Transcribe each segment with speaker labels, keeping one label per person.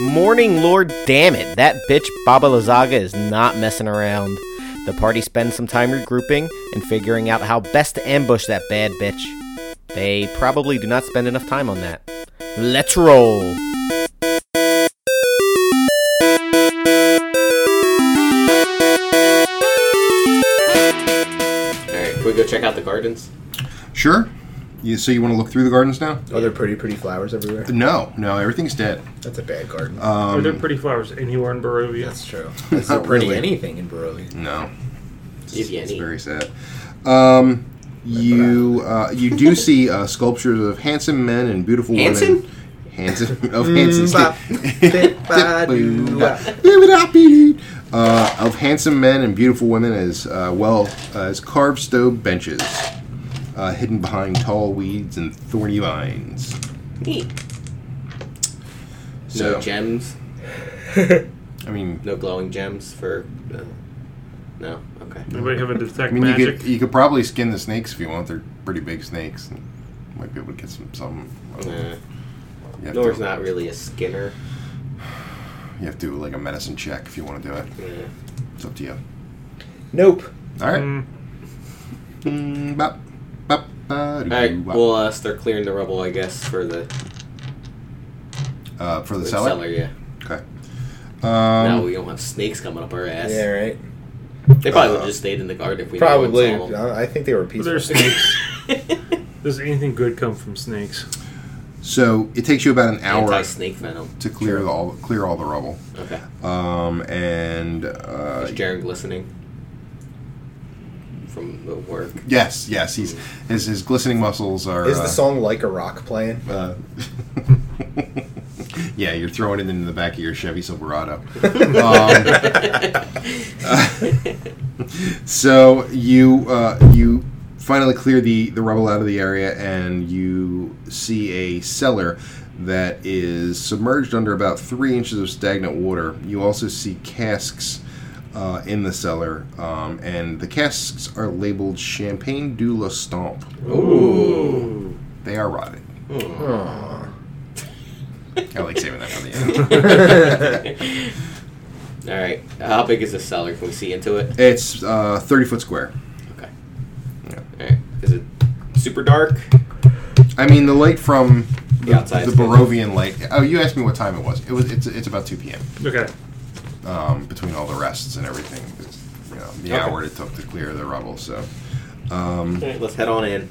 Speaker 1: morning, Lord. Damn it. That bitch Baba Lazaga is not messing around. The party spends some time regrouping and figuring out how best to ambush that bad bitch. They probably do not spend enough time on that. Let's roll. Alright, can we go check out the gardens?
Speaker 2: Sure. You so you want to look through the gardens now?
Speaker 3: Oh, they're pretty, pretty flowers everywhere.
Speaker 2: No, no, everything's dead.
Speaker 3: That's a bad garden.
Speaker 4: Are there pretty flowers anywhere in Barovia?
Speaker 3: That's true. Is
Speaker 2: Uh, Not
Speaker 3: there pretty
Speaker 2: really.
Speaker 3: anything in Barovia?
Speaker 2: No,
Speaker 1: If you
Speaker 2: it's
Speaker 1: any.
Speaker 2: very sad. Um, you uh, you do see uh, sculptures of handsome men and beautiful
Speaker 1: Hanson?
Speaker 2: women. Handsome of handsome
Speaker 1: Mm.
Speaker 3: bop, bip, ba, doo, bop.
Speaker 2: uh, of handsome men and beautiful women as uh, well as carved stone benches uh, hidden behind tall weeds and thorny vines.
Speaker 1: Neat.
Speaker 2: So
Speaker 1: No gems.
Speaker 2: I mean,
Speaker 1: No glowing gems for. Uh, no. Okay.
Speaker 4: Anybody have a detect
Speaker 2: I mean, you
Speaker 4: magic?
Speaker 2: could you could probably skin the snakes if you want. They're pretty big snakes. And might be able to get some some.
Speaker 1: Uh,
Speaker 2: You have
Speaker 1: Nor's
Speaker 2: to-
Speaker 1: not really a skinner.
Speaker 2: You have to do like a medicine check if you want to do it.
Speaker 1: Yeah.
Speaker 2: It's up to you.
Speaker 3: Nope.
Speaker 2: All right.
Speaker 4: Mm,
Speaker 2: Mm, bop, bop, ba, doo,
Speaker 1: All right.
Speaker 2: bop.
Speaker 1: Well, uh, they're clearing the rubble, I guess, for the,
Speaker 2: uh, for the
Speaker 1: the
Speaker 2: cellar.
Speaker 1: cellar. Yeah.
Speaker 2: Okay.
Speaker 1: now
Speaker 2: Um,
Speaker 1: we don't have snakes coming up our ass.
Speaker 3: Yeah, right.
Speaker 1: They probably would
Speaker 2: Uh,
Speaker 1: have just stayed in the garden if we
Speaker 3: Probably.
Speaker 1: Knew what saw
Speaker 3: I I think they were
Speaker 4: but
Speaker 3: peaceful.
Speaker 4: there's snakes. Does anything good come from snakes?
Speaker 2: so it takes you about an hour
Speaker 1: Anti-snake venom.
Speaker 2: to clear the, all clear all the rubble.
Speaker 1: Okay.
Speaker 2: Um, and uh,
Speaker 1: Is Jaren glistening from the work? Hmm.
Speaker 2: yes, yes, he's his, his glistening muscles are.
Speaker 3: Is the
Speaker 2: uh,
Speaker 3: song like a rock playing?
Speaker 2: Uh, yeah, you're throwing it into the back of your Chevy Silverado. Um, so you uh, you finally clear the the rubble out of the area, and you see a cellar that is submerged under about three inches of stagnant water. You also see casks. Uh, in the cellar, um, and the casks are labeled Champagne du La Stomp.
Speaker 4: Ooh.
Speaker 2: They are rotted.
Speaker 3: Aw.
Speaker 2: I like saving that for the end.
Speaker 1: All right. How big is this cellar? Can we see into it?
Speaker 2: it's uh, 30 foot square.
Speaker 1: Okay.
Speaker 2: Yeah.
Speaker 1: All right. Is it super dark?
Speaker 2: I mean, the light from the,
Speaker 1: The outside's
Speaker 2: the
Speaker 1: good.
Speaker 2: Barovian light. Oh, you asked me what time it was. It was. It's, it's about 2 p.m.
Speaker 4: Okay.
Speaker 2: Um, between all the rests and everything, it's, you know, the
Speaker 1: Okay.
Speaker 2: hour it took to clear the rubble. So,
Speaker 1: All right. Let's head on in.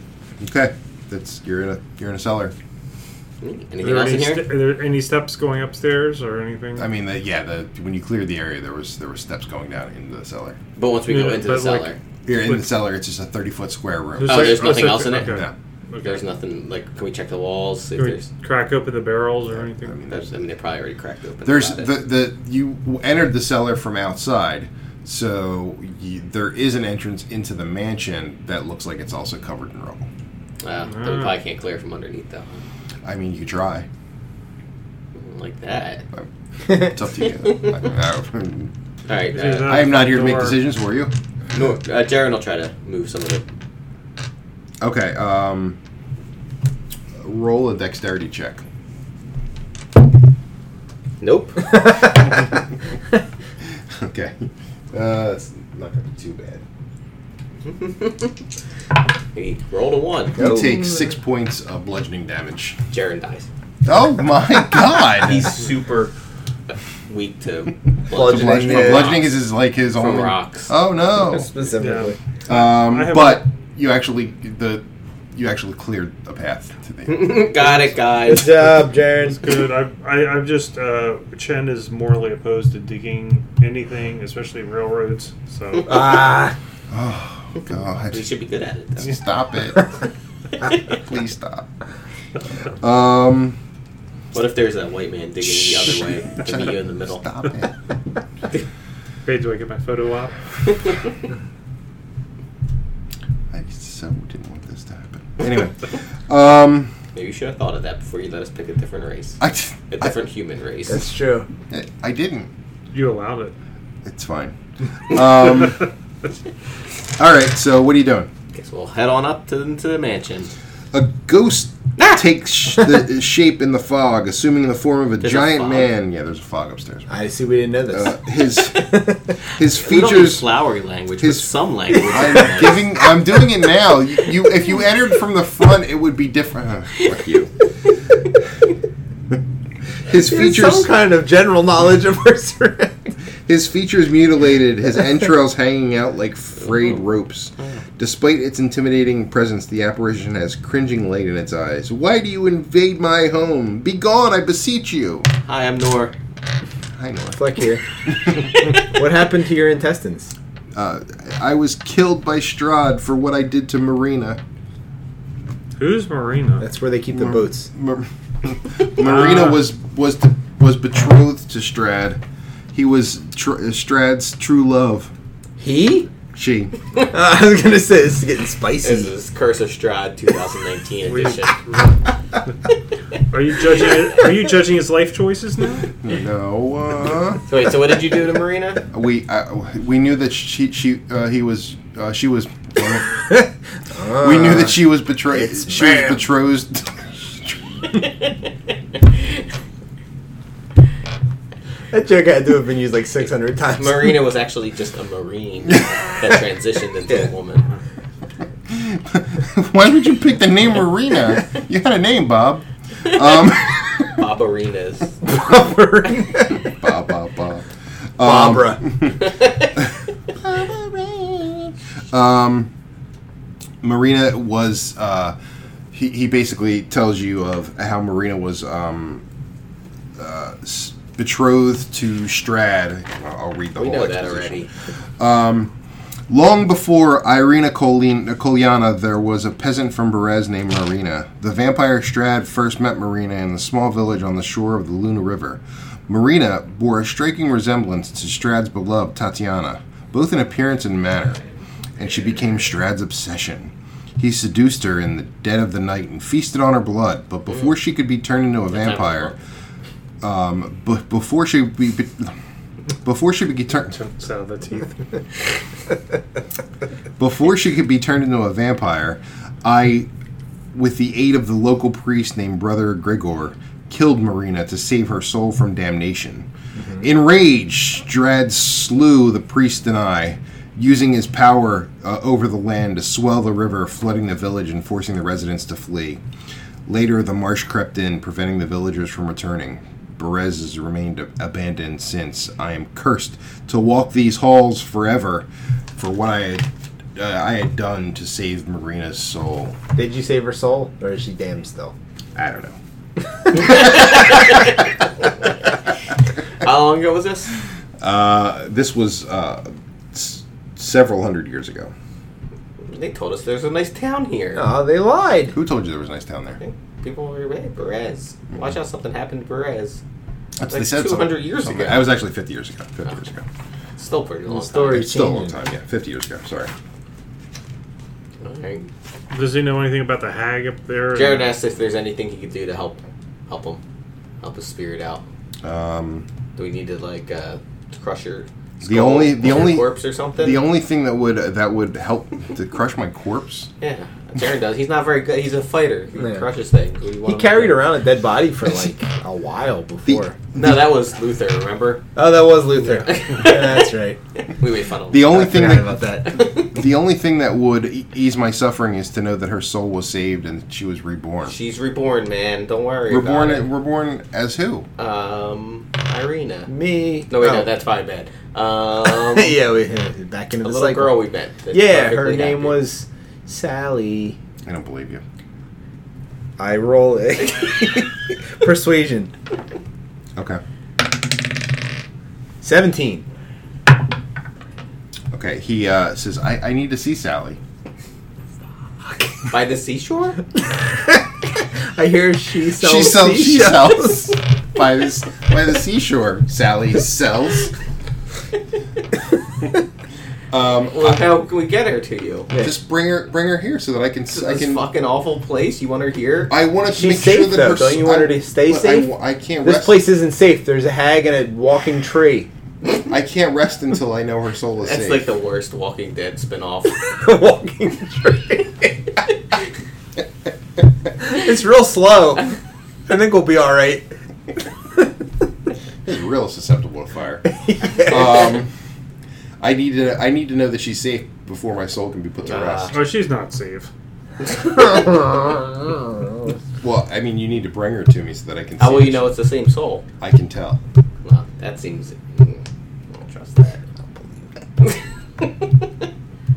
Speaker 2: okay, that's you're in a you're in a cellar.
Speaker 4: Are
Speaker 1: Anything
Speaker 4: there,
Speaker 1: else in
Speaker 4: any
Speaker 1: here?
Speaker 4: st- are there any steps going upstairs or anything?
Speaker 2: I mean, the, yeah, the when you cleared the area, there was there were steps going down into the cellar.
Speaker 1: but once we go
Speaker 4: Yeah,
Speaker 1: into the
Speaker 4: but, like,
Speaker 1: cellar,
Speaker 2: You're in the
Speaker 4: Like-
Speaker 2: cellar. It's just a 30 foot square room.
Speaker 1: Oh, there's nothing else in it?
Speaker 4: Okay.
Speaker 2: No.
Speaker 4: Okay.
Speaker 1: there's nothing. Like, can we check the walls? If
Speaker 4: Can
Speaker 1: there's,
Speaker 4: we crack open the barrels or anything?
Speaker 2: I mean,
Speaker 1: there's, I mean, they probably already cracked open.
Speaker 2: There's
Speaker 1: Got it.
Speaker 2: the, the you entered the cellar from outside, so you, there is an entrance into the mansion that looks like it's also covered in rubble.
Speaker 1: Uh, that we probably can't clear from underneath though.
Speaker 2: I mean, you could try.
Speaker 1: Like that.
Speaker 2: It's up to you. I, I-
Speaker 1: All right.
Speaker 4: Is
Speaker 1: Uh,
Speaker 4: that-
Speaker 2: I am not here to make
Speaker 4: Or-
Speaker 2: decisions. Were you?
Speaker 1: no, uh, Jaren will try to move some of it.
Speaker 2: Okay. Um, roll a dexterity check.
Speaker 1: Nope.
Speaker 2: Okay. Uh, it's not gonna be too bad.
Speaker 1: he rolled a one.
Speaker 2: You take six points of bludgeoning damage.
Speaker 1: Jaren dies.
Speaker 2: Oh my god!
Speaker 1: He's super weak to
Speaker 2: Bludgeoning,
Speaker 1: bludgeon.
Speaker 3: Bludgeoning, yeah.
Speaker 2: bludgeoning is his, like his
Speaker 1: From
Speaker 2: only.
Speaker 1: rocks.
Speaker 2: Oh no!
Speaker 3: Specifically.
Speaker 4: I
Speaker 2: Um,
Speaker 4: have
Speaker 2: but you actually the you actually cleared a path to the.
Speaker 1: Got it,
Speaker 3: Good
Speaker 1: guys.
Speaker 3: job,
Speaker 4: It's
Speaker 3: Jaren.
Speaker 4: good. I, I, I'm just uh, Chen is morally opposed to digging anything, especially railroads. So
Speaker 3: Ah,
Speaker 2: oh God!
Speaker 1: We should be good at it. Though.
Speaker 2: Stop it! Please stop. Um,
Speaker 1: What if there's a white man digging the other way to meet you in the middle?
Speaker 2: stop it!
Speaker 4: hey, do I get my photo op?
Speaker 2: I so didn't want this to happen. Anyway, um,
Speaker 1: Maybe you should have thought of that before you let us pick a different race,
Speaker 2: I,
Speaker 1: a
Speaker 2: I,
Speaker 1: different human race.
Speaker 3: that's true.
Speaker 2: I didn't.
Speaker 4: You allowed it.
Speaker 2: It's fine. Um, all right. So what are you doing?
Speaker 1: Guess we'll head on up to, to the mansion.
Speaker 2: A ghost takes sh- the shape in the fog, assuming the form of a
Speaker 5: There's a
Speaker 2: giant
Speaker 5: fog?
Speaker 2: man. Yeah, there's a fog upstairs.
Speaker 3: I see we didn't know this.
Speaker 2: Uh, his his
Speaker 5: We don't use
Speaker 2: features.
Speaker 5: flowery language, but
Speaker 2: his-
Speaker 5: some language.
Speaker 2: I'm giving. I'm doing it now. You, you, if you entered from the front, it would be different. Uh, fuck you. His
Speaker 3: There's
Speaker 2: features.
Speaker 3: some kind of general knowledge of our surroundings.
Speaker 2: His features mutilated, his entrails hanging out like frayed ropes. Despite its intimidating presence, the apparition has cringing light in its eyes. Why do you invade my home? Begone, I beseech you.
Speaker 5: Hi, I'm Nor.
Speaker 2: I know. it.
Speaker 3: Fleck here. what happened to your intestines?
Speaker 2: Uh, I was killed by Strahd for what I did to Marina.
Speaker 4: Who's Marina?
Speaker 3: That's where they keep the boats.
Speaker 2: Mar- Marina
Speaker 4: Ah.
Speaker 2: was was was betrothed to Strad. He was tr- Strad's true love.
Speaker 3: He?
Speaker 2: She.
Speaker 3: Uh, I was gonna say this is getting
Speaker 5: This
Speaker 3: spicy.
Speaker 5: is Curse of Strahd 2019
Speaker 4: Wait.
Speaker 5: edition.
Speaker 4: Are you judging? It, are you judging his life choices now?
Speaker 2: No. Uh...
Speaker 5: So wait, so what did you do to Marina?
Speaker 2: we I, we knew that she she uh, he was uh, she was we knew that she was betrayed
Speaker 3: It's
Speaker 2: she was
Speaker 3: ma'am.
Speaker 2: betrothed
Speaker 3: That joke I had to have been used like 600 times.
Speaker 5: Marina was actually just a marine that transitioned into a woman.
Speaker 2: why would you pick the name Marina you had a name Bob um
Speaker 5: Bob Arenas.
Speaker 3: Barbara.
Speaker 2: Bob Bob Bob um,
Speaker 3: Barbara.
Speaker 2: um Marina was uh he, he basically tells you of how Marina was um uh, s- betrothed to Strad I'll I'll read the
Speaker 5: We
Speaker 2: whole
Speaker 5: know that
Speaker 2: exposition.
Speaker 5: already.
Speaker 2: Long before Irina Colin- Koliana, there was a peasant from Berez named Marina. The vampire Strad first met Marina in the small village on the shore of the Luna River. Marina bore a striking resemblance to Strad's beloved Tatiana, both in appearance and manner, and she became Strad's obsession. He seduced her in the dead of the night and feasted on her blood, but before she could be turned into a vampire, um, but before she be, be- before she could be turned
Speaker 4: Chunks out of the teeth.
Speaker 2: Before she could be turned into a vampire, I, with the aid of the local priest named Brother Grigor, killed Marina to save her soul from damnation. Enraged, Strad slew the priest and I, using his power uh, over the land to swell the river, flooding the village and forcing the residents to flee. Later, the marsh crept in, preventing the villagers from returning. Berez has remained ab- abandoned since. I am cursed to walk these halls forever for what I had, uh, I had done to save Marina's soul.
Speaker 3: Did you save her soul, or is she damned still?
Speaker 2: I don't know.
Speaker 5: How long ago was this?
Speaker 2: Uh, this was uh, s- several hundred years ago.
Speaker 5: They told us there's a nice town here.
Speaker 3: Oh, they lied.
Speaker 2: Who told you there was a nice town there?
Speaker 5: People were hey, Perez. Watch out, something happened to Perez.
Speaker 2: That's
Speaker 5: Like
Speaker 2: they said
Speaker 5: 200
Speaker 2: something-
Speaker 5: years
Speaker 2: something.
Speaker 5: ago.
Speaker 2: I was actually 50 years ago. 50 years ago.
Speaker 5: Still pretty long
Speaker 3: story.
Speaker 5: time.
Speaker 2: It's still a long
Speaker 3: changing.
Speaker 2: time. Yeah, 50 years ago. Sorry.
Speaker 5: All right.
Speaker 4: Does he know anything about the hag up there?
Speaker 5: Jared
Speaker 3: uh,
Speaker 5: asked if there's anything he could do to help, help him, help his spirit out.
Speaker 2: Um,
Speaker 5: Do we need to like uh, crush your
Speaker 2: The only- the
Speaker 5: or your
Speaker 2: only-
Speaker 5: corpse or something?
Speaker 2: the only thing that would uh, that would help to crush my corpse
Speaker 5: yeah, Jared does. He's not very good. He's a fighter. He
Speaker 3: Yeah.
Speaker 5: crushes things. We want
Speaker 3: He
Speaker 5: him to-
Speaker 3: carried around a dead body for like a while before.
Speaker 2: The-
Speaker 5: No, that was Luther. Remember?
Speaker 3: oh, that was Luther. yeah, that's right.
Speaker 5: We made fun of
Speaker 2: The
Speaker 5: him.
Speaker 2: only
Speaker 3: I
Speaker 2: thing
Speaker 3: forgot
Speaker 2: that
Speaker 3: about that.
Speaker 2: the only thing that would e- ease my suffering is to know that her soul was saved and she was reborn.
Speaker 5: She's reborn, man. Don't worry.
Speaker 2: reborn,
Speaker 5: About
Speaker 2: reborn as who?
Speaker 5: it. Um, Irina.
Speaker 3: Me.
Speaker 5: No, wait,
Speaker 3: oh.
Speaker 5: no, that's fine, bad. Um,
Speaker 3: yeah, we back into
Speaker 5: a
Speaker 3: the
Speaker 5: little
Speaker 3: cycle.
Speaker 5: girl we met. that's
Speaker 3: yeah, her
Speaker 5: perfectly
Speaker 3: name
Speaker 5: happy.
Speaker 3: was Sally.
Speaker 2: I don't believe you.
Speaker 3: I roll it. Persuasion.
Speaker 2: Okay.
Speaker 3: Seventeen.
Speaker 2: Okay. He uh, says, I, "I need to see Sally."
Speaker 5: by the seashore.
Speaker 3: I hear she sells.
Speaker 2: she sells. She
Speaker 3: seashells.
Speaker 2: sells by this by the seashore. Sally sells. um,
Speaker 5: Well,
Speaker 2: I-
Speaker 5: how can we get her to you?
Speaker 2: just bring her, bring her here so that I can. s- I
Speaker 5: this
Speaker 2: can.
Speaker 5: fucking awful place. You want her here?
Speaker 2: I want to
Speaker 3: She's
Speaker 2: make sure
Speaker 3: safe,
Speaker 2: that
Speaker 3: though.
Speaker 2: her.
Speaker 3: Don't
Speaker 2: s-
Speaker 3: you want her to
Speaker 2: I-
Speaker 3: stay
Speaker 2: but I
Speaker 3: safe?
Speaker 2: w- I, can't.
Speaker 3: This
Speaker 2: rest.
Speaker 3: place isn't safe. There's a hag and a walking tree.
Speaker 2: I can't rest until I know her soul is
Speaker 5: That's
Speaker 2: safe.
Speaker 5: like the worst Walking Dead spinoff.
Speaker 3: walking tree. It's real slow. I think we'll be all right.
Speaker 2: He's real susceptible to fire.
Speaker 3: Yeah.
Speaker 2: Um, I need to. I need to know that she's safe before my soul can be put to
Speaker 5: Ah.
Speaker 2: rest.
Speaker 4: Oh, she's not safe.
Speaker 2: Well, I mean, you need to bring her to me so that I can.
Speaker 5: How
Speaker 2: see
Speaker 5: will Ah, you
Speaker 2: that
Speaker 5: know it's the same soul?
Speaker 2: she- I can tell.
Speaker 5: Well, that seems. mm, I don't trust that.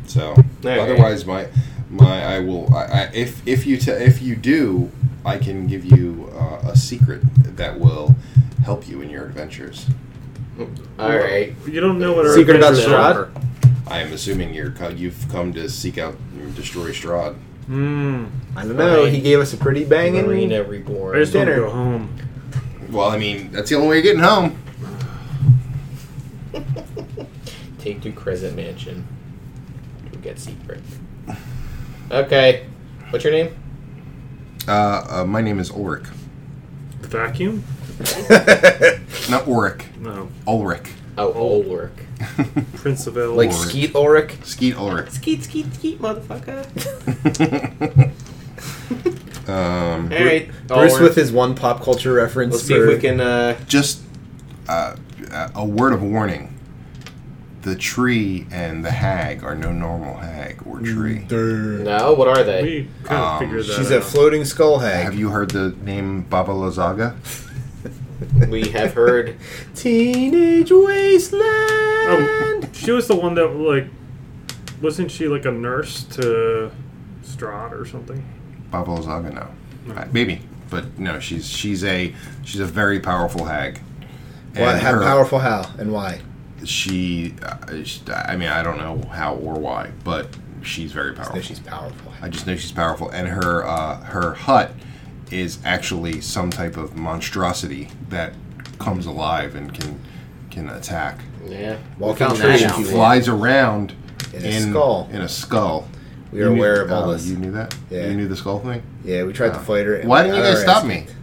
Speaker 2: So,
Speaker 5: right.
Speaker 2: otherwise, my my I will. I, I, if if you te- if you do, I can give you uh, a secret that will help you in your adventures.
Speaker 5: All right.
Speaker 4: You don't know what her
Speaker 3: Secret about
Speaker 4: adventures
Speaker 3: Strahd?
Speaker 4: are.
Speaker 2: I am assuming you're co- you've come to seek out and destroy Strahd.
Speaker 4: Mm,
Speaker 3: I don't know. He gave us a pretty banging.
Speaker 5: Marina
Speaker 4: I
Speaker 5: reborn.
Speaker 4: just want to
Speaker 3: Dinner.
Speaker 4: go home.
Speaker 2: Well, I mean, that's the only way you're getting home.
Speaker 5: Take to Crescent Mansion. To get secret. Okay. What's your name?
Speaker 2: Uh, uh, my name is Ulrich.
Speaker 4: Vacuum?
Speaker 2: Not Ulrich.
Speaker 4: No.
Speaker 2: Ulrich.
Speaker 5: Oh, Ulrich.
Speaker 4: Prince of El.
Speaker 5: Like
Speaker 2: Ulrich.
Speaker 5: Skeet Ulrich?
Speaker 2: Skeet Ulrich.
Speaker 5: Skeet, skeet, skeet, motherfucker.
Speaker 2: um,
Speaker 5: All right.
Speaker 3: Bruce
Speaker 5: Ulrich.
Speaker 3: with his one pop culture reference.
Speaker 5: Let's see if
Speaker 3: for-
Speaker 5: we can. uh...
Speaker 2: just uh, a word of warning. The tree and the hag are no normal hag or
Speaker 5: Mm.
Speaker 2: tree.
Speaker 3: Durr.
Speaker 5: No, what are they?
Speaker 4: We kind of
Speaker 2: Um,
Speaker 4: figured that
Speaker 3: She's
Speaker 4: out.
Speaker 3: a floating skull
Speaker 2: Have
Speaker 3: hag.
Speaker 2: you heard the name Baba Lozaga?
Speaker 5: We have heard.
Speaker 3: Teenage wasteland.
Speaker 4: Oh, she was the one that like, wasn't she like a nurse to Strahd or something?
Speaker 2: Baba Lozaga, no. Uh, Maybe, but no. She's she's a she's a very powerful hag.
Speaker 3: What?
Speaker 2: And
Speaker 3: How
Speaker 2: her-
Speaker 3: powerful? How and why?
Speaker 2: She, uh, she, I mean, I don't know how or why, but she's very powerful.
Speaker 3: No, she's powerful.
Speaker 2: I just know she's powerful, and her uh, her hut is actually some type of monstrosity that comes alive and can can attack.
Speaker 5: Yeah.
Speaker 3: Walking
Speaker 5: found
Speaker 3: tree.
Speaker 5: that
Speaker 2: She
Speaker 5: out.
Speaker 2: flies around
Speaker 3: In a skull.
Speaker 2: In a skull.
Speaker 3: We are
Speaker 2: You knew-
Speaker 3: aware of all
Speaker 2: oh,
Speaker 3: this.
Speaker 2: You knew that.
Speaker 3: Yeah.
Speaker 2: You knew the skull thing.
Speaker 3: Yeah, we tried to fight her. and
Speaker 2: Why
Speaker 3: we
Speaker 2: didn't you
Speaker 3: got
Speaker 2: guys
Speaker 3: our
Speaker 2: stop
Speaker 3: ass
Speaker 2: me?
Speaker 3: kicked.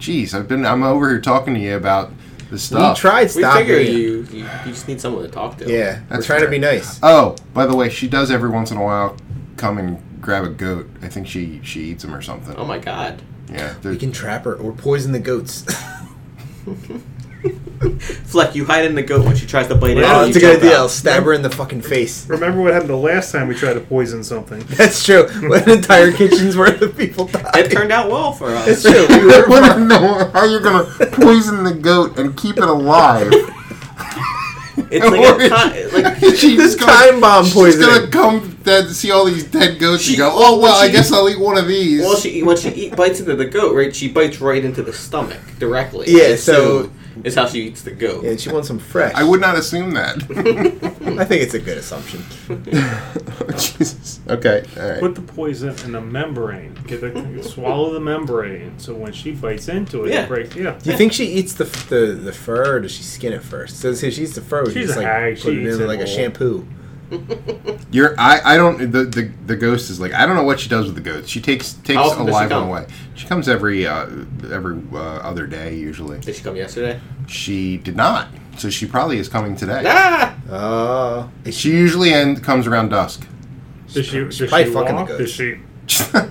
Speaker 2: Jeez, I've been. I'm over here talking to you about this
Speaker 3: We
Speaker 2: stuff.
Speaker 3: tried
Speaker 5: We
Speaker 3: stopping
Speaker 5: figure
Speaker 3: you.
Speaker 5: you, you. You just need someone to talk to.
Speaker 3: Yeah, we're
Speaker 2: That's
Speaker 3: trying
Speaker 2: fair.
Speaker 3: to be nice.
Speaker 2: Oh, by the way, she does every once in a while come and grab a goat. I think she she eats him or something.
Speaker 5: Oh my god.
Speaker 2: Yeah.
Speaker 3: We can trap her or poison the goats.
Speaker 5: Fleck, you hide in the goat when she tries to bite it out.
Speaker 3: oh,
Speaker 5: you
Speaker 3: that's a good
Speaker 5: jump
Speaker 3: idea.
Speaker 5: out.
Speaker 3: I'll stab her in the fucking face.
Speaker 4: Remember what happened the last time we tried to poison something?
Speaker 3: That's true. When an entire kitchen's worth of people died.
Speaker 5: It turned out well for
Speaker 3: That's
Speaker 5: us.
Speaker 3: true. We were
Speaker 2: want to know how you're gonna poison the goat and keep it alive.
Speaker 5: It's like a con- like
Speaker 2: she's
Speaker 3: This time bomb
Speaker 2: She's gonna
Speaker 3: poisoning.
Speaker 2: come dead, see all these dead goats and go, oh well, I
Speaker 5: she-
Speaker 2: guess I'll eat one of these.
Speaker 5: Well, she when she eat, bites into the goat, right? She bites right into the stomach directly.
Speaker 3: Yeah,
Speaker 5: It's
Speaker 3: so-
Speaker 5: too- is how she eats the goat.
Speaker 3: Yeah, she wants some fresh.
Speaker 2: I would not assume that.
Speaker 3: I think it's a good assumption.
Speaker 2: Jesus. Okay. All right.
Speaker 4: Put the poison in the membrane. Get the, swallow the membrane, so when she bites into it,
Speaker 5: Yeah.
Speaker 4: it breaks. Yeah.
Speaker 3: Do you think she eats the the, the fur, or does she skin it first? So if she eats the fur, we
Speaker 4: She's
Speaker 3: just
Speaker 4: a
Speaker 3: like
Speaker 4: hag.
Speaker 3: put
Speaker 4: She
Speaker 3: it
Speaker 4: eats
Speaker 3: in
Speaker 4: it
Speaker 3: like a
Speaker 4: whole.
Speaker 3: shampoo.
Speaker 2: You're. I. I don't. The, the. The ghost is like. I don't know what she does with the goats. She takes takes
Speaker 5: How
Speaker 2: a
Speaker 5: often does she
Speaker 2: live one
Speaker 5: come?
Speaker 2: away. She comes every uh, every uh, other day usually.
Speaker 5: Did she come yesterday?
Speaker 2: She did not. So she probably is coming today.
Speaker 5: Ah!
Speaker 2: Uh,
Speaker 3: Oh,
Speaker 2: She usually end, comes around dusk.
Speaker 4: Does she? Does she
Speaker 3: probably fucking the
Speaker 4: walk?
Speaker 3: goat.
Speaker 4: Does she?
Speaker 2: I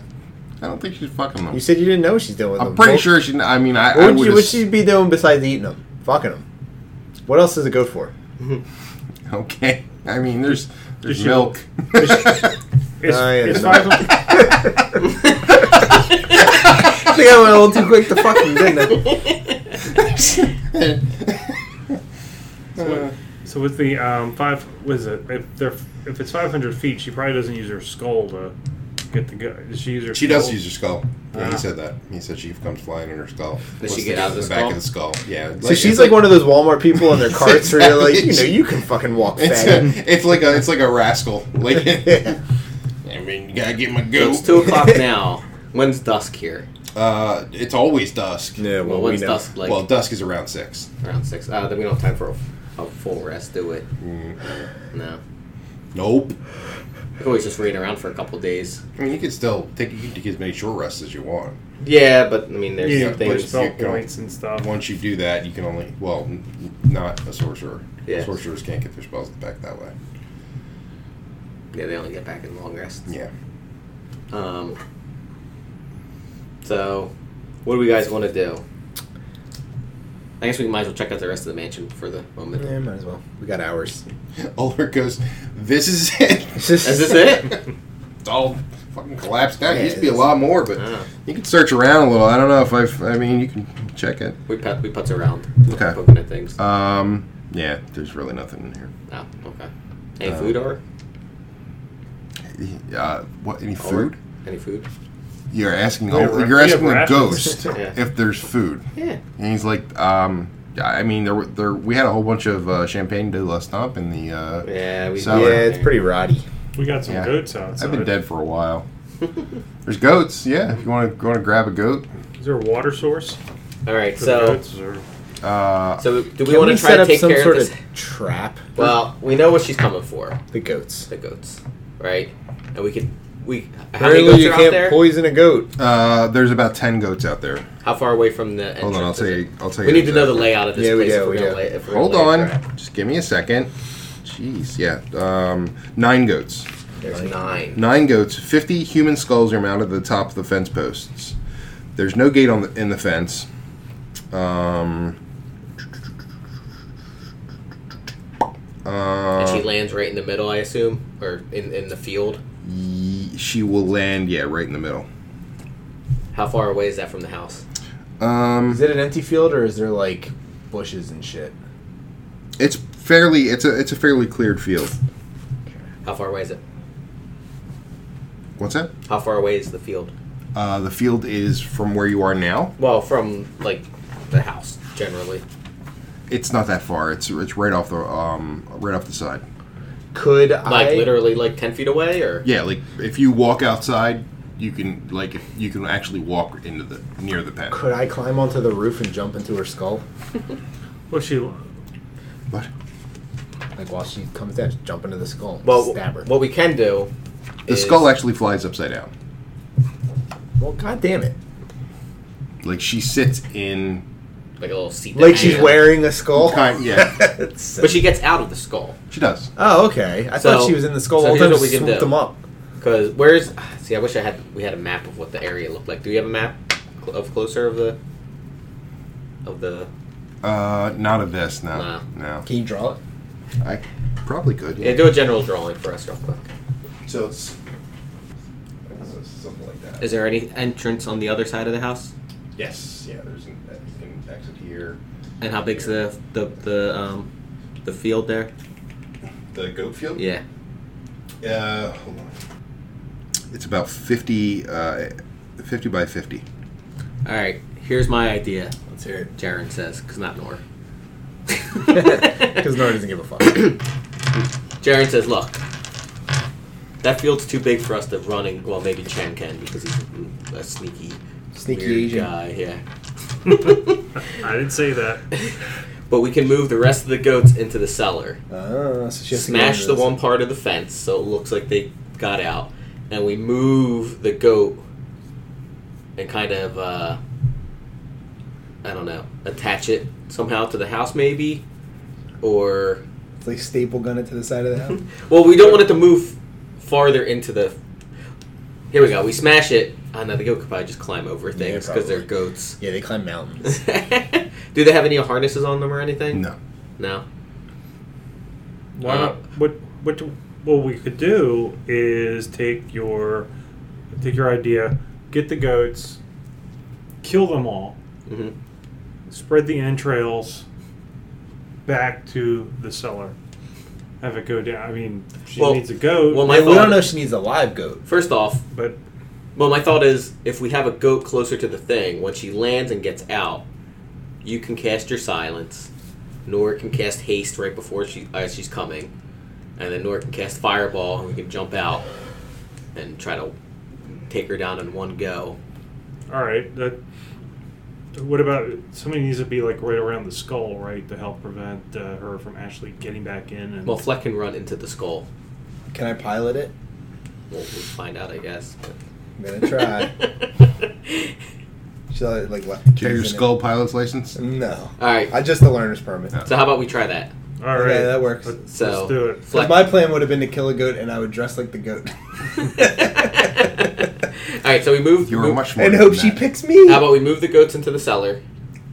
Speaker 2: don't think she's fucking them.
Speaker 3: you said you didn't know what she's doing with them.
Speaker 2: I'm pretty
Speaker 3: What-
Speaker 2: sure she. I mean, I, I
Speaker 3: What
Speaker 2: would.
Speaker 3: would, you, would
Speaker 2: ass-
Speaker 3: she be doing besides eating them? Fucking them. What else does it go for?
Speaker 2: Okay. I mean, there's there's
Speaker 4: she-
Speaker 2: milk.
Speaker 4: It's,
Speaker 3: Oh, yeah,
Speaker 4: it's
Speaker 3: no.
Speaker 4: five. Of,
Speaker 3: I think I went a little too quick to fucking, didn't I?
Speaker 4: so with the um, five, what is it? If they're if it's five hundred feet, she probably doesn't use her skull to get the goat. Does she use her?
Speaker 2: she
Speaker 4: skull?
Speaker 2: does use her skull. Yeah,
Speaker 4: Ah.
Speaker 2: he said that. He said she comes flying in her skull.
Speaker 5: Does she
Speaker 2: What's
Speaker 5: get
Speaker 2: the-
Speaker 5: out of the
Speaker 2: back of the skull? Yeah.
Speaker 3: So she's like one of those Walmart people in their carts where you're like, you know, you can fucking walk
Speaker 2: It's,
Speaker 3: fast.
Speaker 2: a, it's like a it's like a rascal. Like I mean, you gotta get my goat.
Speaker 5: It's two o'clock now. When's dusk here?
Speaker 2: uh, it's always dusk.
Speaker 3: Yeah,
Speaker 5: Well,
Speaker 3: well, Oh, we
Speaker 5: when's
Speaker 3: know.
Speaker 5: dusk like?
Speaker 2: well, dusk is around six.
Speaker 5: around six. Uh, then we don't have time for a, a full rest, do it. No.
Speaker 2: Nope.
Speaker 5: We can always just raid around for a couple days.
Speaker 2: I mean, you can still take you can take as many short rests as you want.
Speaker 5: Yeah, but I mean, there's
Speaker 4: Yeah,
Speaker 5: yeah,
Speaker 4: push
Speaker 5: things.
Speaker 4: spell
Speaker 2: you go.
Speaker 4: points and stuff.
Speaker 2: Once you do that, you can only well, n- not a sorcerer.
Speaker 5: Yeah.
Speaker 2: Sorcerers can't get their spells back that way.
Speaker 5: Yeah, they only get back in long rests.
Speaker 2: Yeah.
Speaker 5: Um, So, what do we guys want to do? I guess we might as well check out the rest of the mansion for the moment.
Speaker 3: Yeah, might as well. We got hours.
Speaker 2: Ulrich goes, This is it.
Speaker 5: Is this it?
Speaker 2: It's all fucking collapsed down.
Speaker 3: Yeah,
Speaker 2: it used to be a
Speaker 3: it is.
Speaker 2: lot more, but
Speaker 5: Ah,
Speaker 2: you can search around a little. I don't know if I've, I mean, you can check it.
Speaker 5: we put we putz around,
Speaker 2: Okay.
Speaker 5: poking at things.
Speaker 2: Um, yeah, there's really nothing in here.
Speaker 5: No, okay. Any
Speaker 2: uh,
Speaker 5: food, or
Speaker 2: Uh, what? Any food?
Speaker 5: Any food?
Speaker 2: You're asking.
Speaker 4: We have
Speaker 2: oh,
Speaker 4: ra-
Speaker 2: you're
Speaker 4: we
Speaker 2: asking
Speaker 4: have
Speaker 2: the ghost
Speaker 4: rations.
Speaker 5: Yeah.
Speaker 2: if there's food.
Speaker 5: Yeah.
Speaker 2: And he's like, um, yeah, I mean, there, were- there. We had a whole bunch of uh, champagne de la stomp in the. Uh,
Speaker 5: Yeah, we.
Speaker 2: Sour.
Speaker 3: yeah, it's pretty rotty.
Speaker 4: We got some
Speaker 2: Yeah.
Speaker 4: goats outside.
Speaker 2: I've been dead for a while. there's goats. Yeah, if you want to, want to grab a goat.
Speaker 4: Is there a water source
Speaker 5: All right,
Speaker 4: for the
Speaker 5: so
Speaker 4: goats? Or...
Speaker 2: Uh,
Speaker 5: so do we
Speaker 3: Can
Speaker 5: want
Speaker 3: we
Speaker 5: to try
Speaker 3: set
Speaker 5: to
Speaker 3: up
Speaker 5: take
Speaker 3: some
Speaker 5: care
Speaker 3: sort
Speaker 5: of this?
Speaker 3: of trap?
Speaker 5: Well, we know what she's coming for,
Speaker 3: the goats.
Speaker 5: the goats, right? And we could we how many
Speaker 3: Apparently,
Speaker 5: goats
Speaker 3: you
Speaker 5: are out
Speaker 3: can't
Speaker 5: there?
Speaker 3: poison a goat.
Speaker 2: uh, there's about ten goats out there.
Speaker 5: How far away from the entrance?
Speaker 2: Hold on, I'll tell
Speaker 5: is it?
Speaker 2: you. I'll tell you.
Speaker 5: We need to know the
Speaker 2: exactly.
Speaker 5: layout of this
Speaker 3: Yeah, we
Speaker 5: place.
Speaker 3: do,
Speaker 5: if we're
Speaker 3: we
Speaker 5: gonna
Speaker 3: do.
Speaker 5: lay, if we're
Speaker 2: Hold
Speaker 5: gonna lay a
Speaker 2: on.
Speaker 5: trap.
Speaker 2: Just give me a second. Jeez, yeah. Um, nine goats.
Speaker 5: There's nine.
Speaker 2: Nine goats, 50 human skulls are mounted at the top of the fence posts. There's no gate on the, in the fence. Um, uh,
Speaker 5: and she lands right in the middle, I assume, or in, in the field.
Speaker 2: ye- she will land, yeah, right in the middle.
Speaker 5: How far away is that from the house?
Speaker 2: Um,
Speaker 3: Is it an empty field or is there like bushes and shit?
Speaker 2: it's fairly, it's a, it's a fairly cleared field.
Speaker 5: How far away is it?
Speaker 2: What's that?
Speaker 5: How far away is the field?
Speaker 2: Uh, the field is from where you are now.
Speaker 5: Well, from like the house generally.
Speaker 2: It's not that far. It's, it's right off the, um, right off the side.
Speaker 3: Could
Speaker 5: Like
Speaker 3: I?
Speaker 5: literally like ten feet away, or
Speaker 2: Yeah, like if you walk outside, you can like if you can actually walk into the near the pen.
Speaker 3: Could I climb onto the roof and jump into her skull?
Speaker 4: Well, she
Speaker 2: But
Speaker 3: Like while she comes down, just jump into the skull.
Speaker 5: well,
Speaker 3: stab her.
Speaker 5: what we can do.
Speaker 2: the
Speaker 5: is-
Speaker 2: skull actually flies upside down.
Speaker 3: well, god damn it!
Speaker 2: Like she sits in
Speaker 5: like a little seat. that
Speaker 3: Like she's
Speaker 5: hangs.
Speaker 3: wearing a skull.
Speaker 2: kind yeah.
Speaker 3: It's-
Speaker 5: But she gets out of the skull
Speaker 2: She does.
Speaker 3: oh, okay. I
Speaker 5: So-
Speaker 3: thought she was in the skull.
Speaker 5: so
Speaker 3: all the
Speaker 5: here's
Speaker 3: time.
Speaker 5: what we
Speaker 3: Swooped
Speaker 5: can do.
Speaker 3: them up.
Speaker 5: because where's? See, I wish I had we had a map of what the area looked like. Do we have a map cl- of closer of the of the?
Speaker 2: Uh not of this, no.
Speaker 5: Wow.
Speaker 2: No.
Speaker 3: Can you draw it?
Speaker 2: I probably could.
Speaker 5: Yeah, do a general drawing for us real quick.
Speaker 2: So it's something like that.
Speaker 5: Is there any entrance on the other side of the house?
Speaker 2: Yes, yeah, there's an, an exit here.
Speaker 5: And how big's the the the um the field there?
Speaker 2: The goat field?
Speaker 5: Yeah.
Speaker 2: Uh hold on. It's about 50 uh 50 by 50.
Speaker 5: All right. Here's my idea.
Speaker 3: Let's hear it.
Speaker 5: Jaren says, because not Nor.
Speaker 3: Because Nora doesn't give a fuck.
Speaker 5: Jaren says, look, that field's too big for us to run and, well, maybe Chen can because he's a sneaky,
Speaker 3: Sneaky
Speaker 5: weird
Speaker 3: Asian.
Speaker 5: guy, yeah.
Speaker 4: I didn't say that.
Speaker 5: But we can move the rest of the goats into the cellar,
Speaker 3: Ah, so she has to go
Speaker 5: smash
Speaker 3: into
Speaker 5: the
Speaker 3: this-
Speaker 5: one part of the fence so it looks like they got out, and we move the goat and kind of, uh, I don't know, attach it somehow to the house maybe, or
Speaker 3: It's like staple gun it to the side of the house.
Speaker 5: Well, we don't want it to move farther into the. Here we go. We smash it. Oh, no, the goat could probably just climb over things because they're goats.
Speaker 3: yeah, they climb mountains.
Speaker 5: Do they have any harnesses on them or anything?
Speaker 2: No.
Speaker 5: No.
Speaker 4: Why not? Uh, What what do, what we could do is take your take your idea, get the goats, kill them all,
Speaker 5: Mhm.
Speaker 4: spread the entrails back to the cellar. Have it go down. I mean, she
Speaker 5: Well-
Speaker 4: needs a goat,
Speaker 5: Well,
Speaker 3: I
Speaker 5: my
Speaker 3: mean, we
Speaker 5: thought.
Speaker 3: don't know if she needs a live goat.
Speaker 5: First off,
Speaker 4: but
Speaker 5: well, my thought is if we have a goat closer to the thing, when she lands and gets out, you can cast your silence. Nor can cast haste right before she uh, she's coming, and then Nor can cast fireball, and we can jump out and try to take her down in one go.
Speaker 4: all right. That, what about somebody needs to be like right around the skull, right, to help prevent uh, her from actually getting back in and
Speaker 5: Well, Fleck can run into the skull.
Speaker 3: Can I pilot it?
Speaker 5: We'll, we'll find out, I guess. but-
Speaker 3: I'm gonna try. She's like, like left.
Speaker 2: Do you have your
Speaker 3: isn't it?
Speaker 2: skull pilot's license?
Speaker 3: No,
Speaker 5: All right.
Speaker 3: I just the learner's permit.
Speaker 2: Yeah.
Speaker 5: So how about we try that?
Speaker 4: all right.
Speaker 3: Okay, that works.
Speaker 4: Let's,
Speaker 5: So
Speaker 4: let's do it.
Speaker 5: Fleck,
Speaker 3: my plan would have been to kill a goat, and I would dress like the goat.
Speaker 5: All right, so we move.
Speaker 2: You were
Speaker 5: move-
Speaker 2: much more.
Speaker 3: and hope she picks me.
Speaker 5: How about we move the goats into the cellar,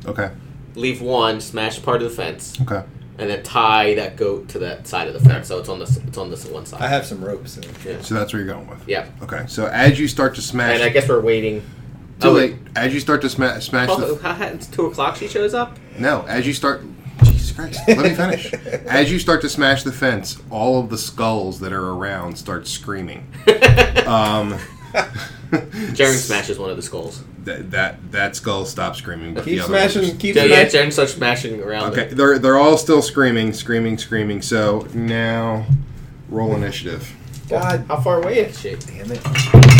Speaker 2: Okay.
Speaker 5: leave one, smash part of the fence,
Speaker 2: Okay.
Speaker 5: and then tie that goat to that side of the fence. So it's on this. It's on this one
Speaker 3: I
Speaker 5: side.
Speaker 3: have some ropes. And
Speaker 5: Yeah.
Speaker 2: So that's where you're going with.
Speaker 5: Yeah.
Speaker 2: Okay. So as you start to smash,
Speaker 5: And I guess we're waiting.
Speaker 2: too
Speaker 5: oh,
Speaker 2: late. As you start to sma- smash the
Speaker 5: Oh, it's two o'clock. She shows up.
Speaker 2: No, as you start, Jesus Christ, let me finish. As you start to smash the fence, all of the skulls that are around start screaming. Um,
Speaker 5: Jaren smashes one of the skulls.
Speaker 2: that, that that skull stops screaming, but
Speaker 3: keep
Speaker 2: the other ones are
Speaker 3: smashing.
Speaker 2: just-
Speaker 3: Keep
Speaker 5: Yeah, yeah.
Speaker 3: smashing.
Speaker 5: Jaren starts smashing around.
Speaker 2: Okay,
Speaker 5: it.
Speaker 2: they're they're all still screaming, screaming, screaming. So now, roll initiative.
Speaker 3: God
Speaker 5: How far away is she?
Speaker 3: damn it!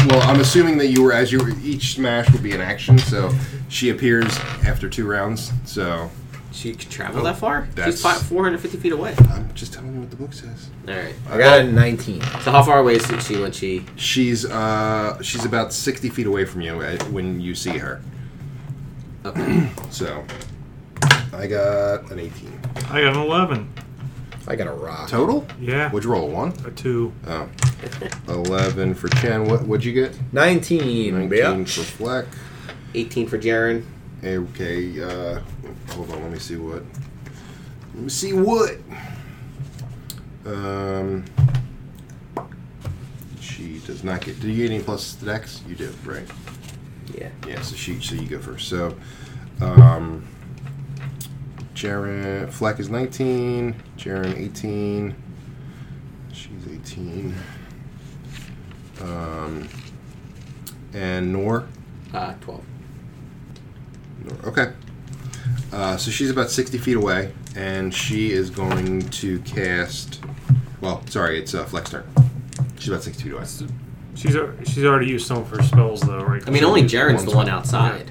Speaker 2: Well, I'm assuming that you were as you were, each smash would be an action. So she appears after two rounds. So
Speaker 5: She could travel that far?
Speaker 2: That's-
Speaker 5: She's fi- 450 feet away.
Speaker 2: I'm just telling you what the book says.
Speaker 5: All right.
Speaker 3: I got a 19.
Speaker 5: So how far away is she when she?
Speaker 2: She's uh she's about sixty feet away from you uh, when you see her.
Speaker 5: Okay.
Speaker 2: So I got an 18
Speaker 4: I got an 11.
Speaker 3: I got a rock.
Speaker 2: total.
Speaker 4: Yeah.
Speaker 2: What'd you roll? A one.
Speaker 4: A 2.
Speaker 2: Oh. 11 for Chen. What what'd you get?
Speaker 3: 19.
Speaker 2: 19
Speaker 3: bitch.
Speaker 2: for Fleck.
Speaker 5: 18 for Jaren.
Speaker 2: Okay. Uh, hold on. Let me see what. Let me see what. Um. She does not get. Do you get any plus dex? You do, right?
Speaker 5: Yeah.
Speaker 2: Yeah. So she. So you go first. So, um. Jaren Fleck is 19. Jaren 18. She's 18. Um. And Nor.
Speaker 5: Uh, 12.
Speaker 2: Okay. Uh, so she's about 60 feet away, and she is going to cast. Well, sorry, it's uh, Flex turn. She's about 60 feet away.
Speaker 4: She's al- she's already used some of her spells though, right?
Speaker 5: I mean, only Jaren's the
Speaker 2: one's-
Speaker 5: one outside,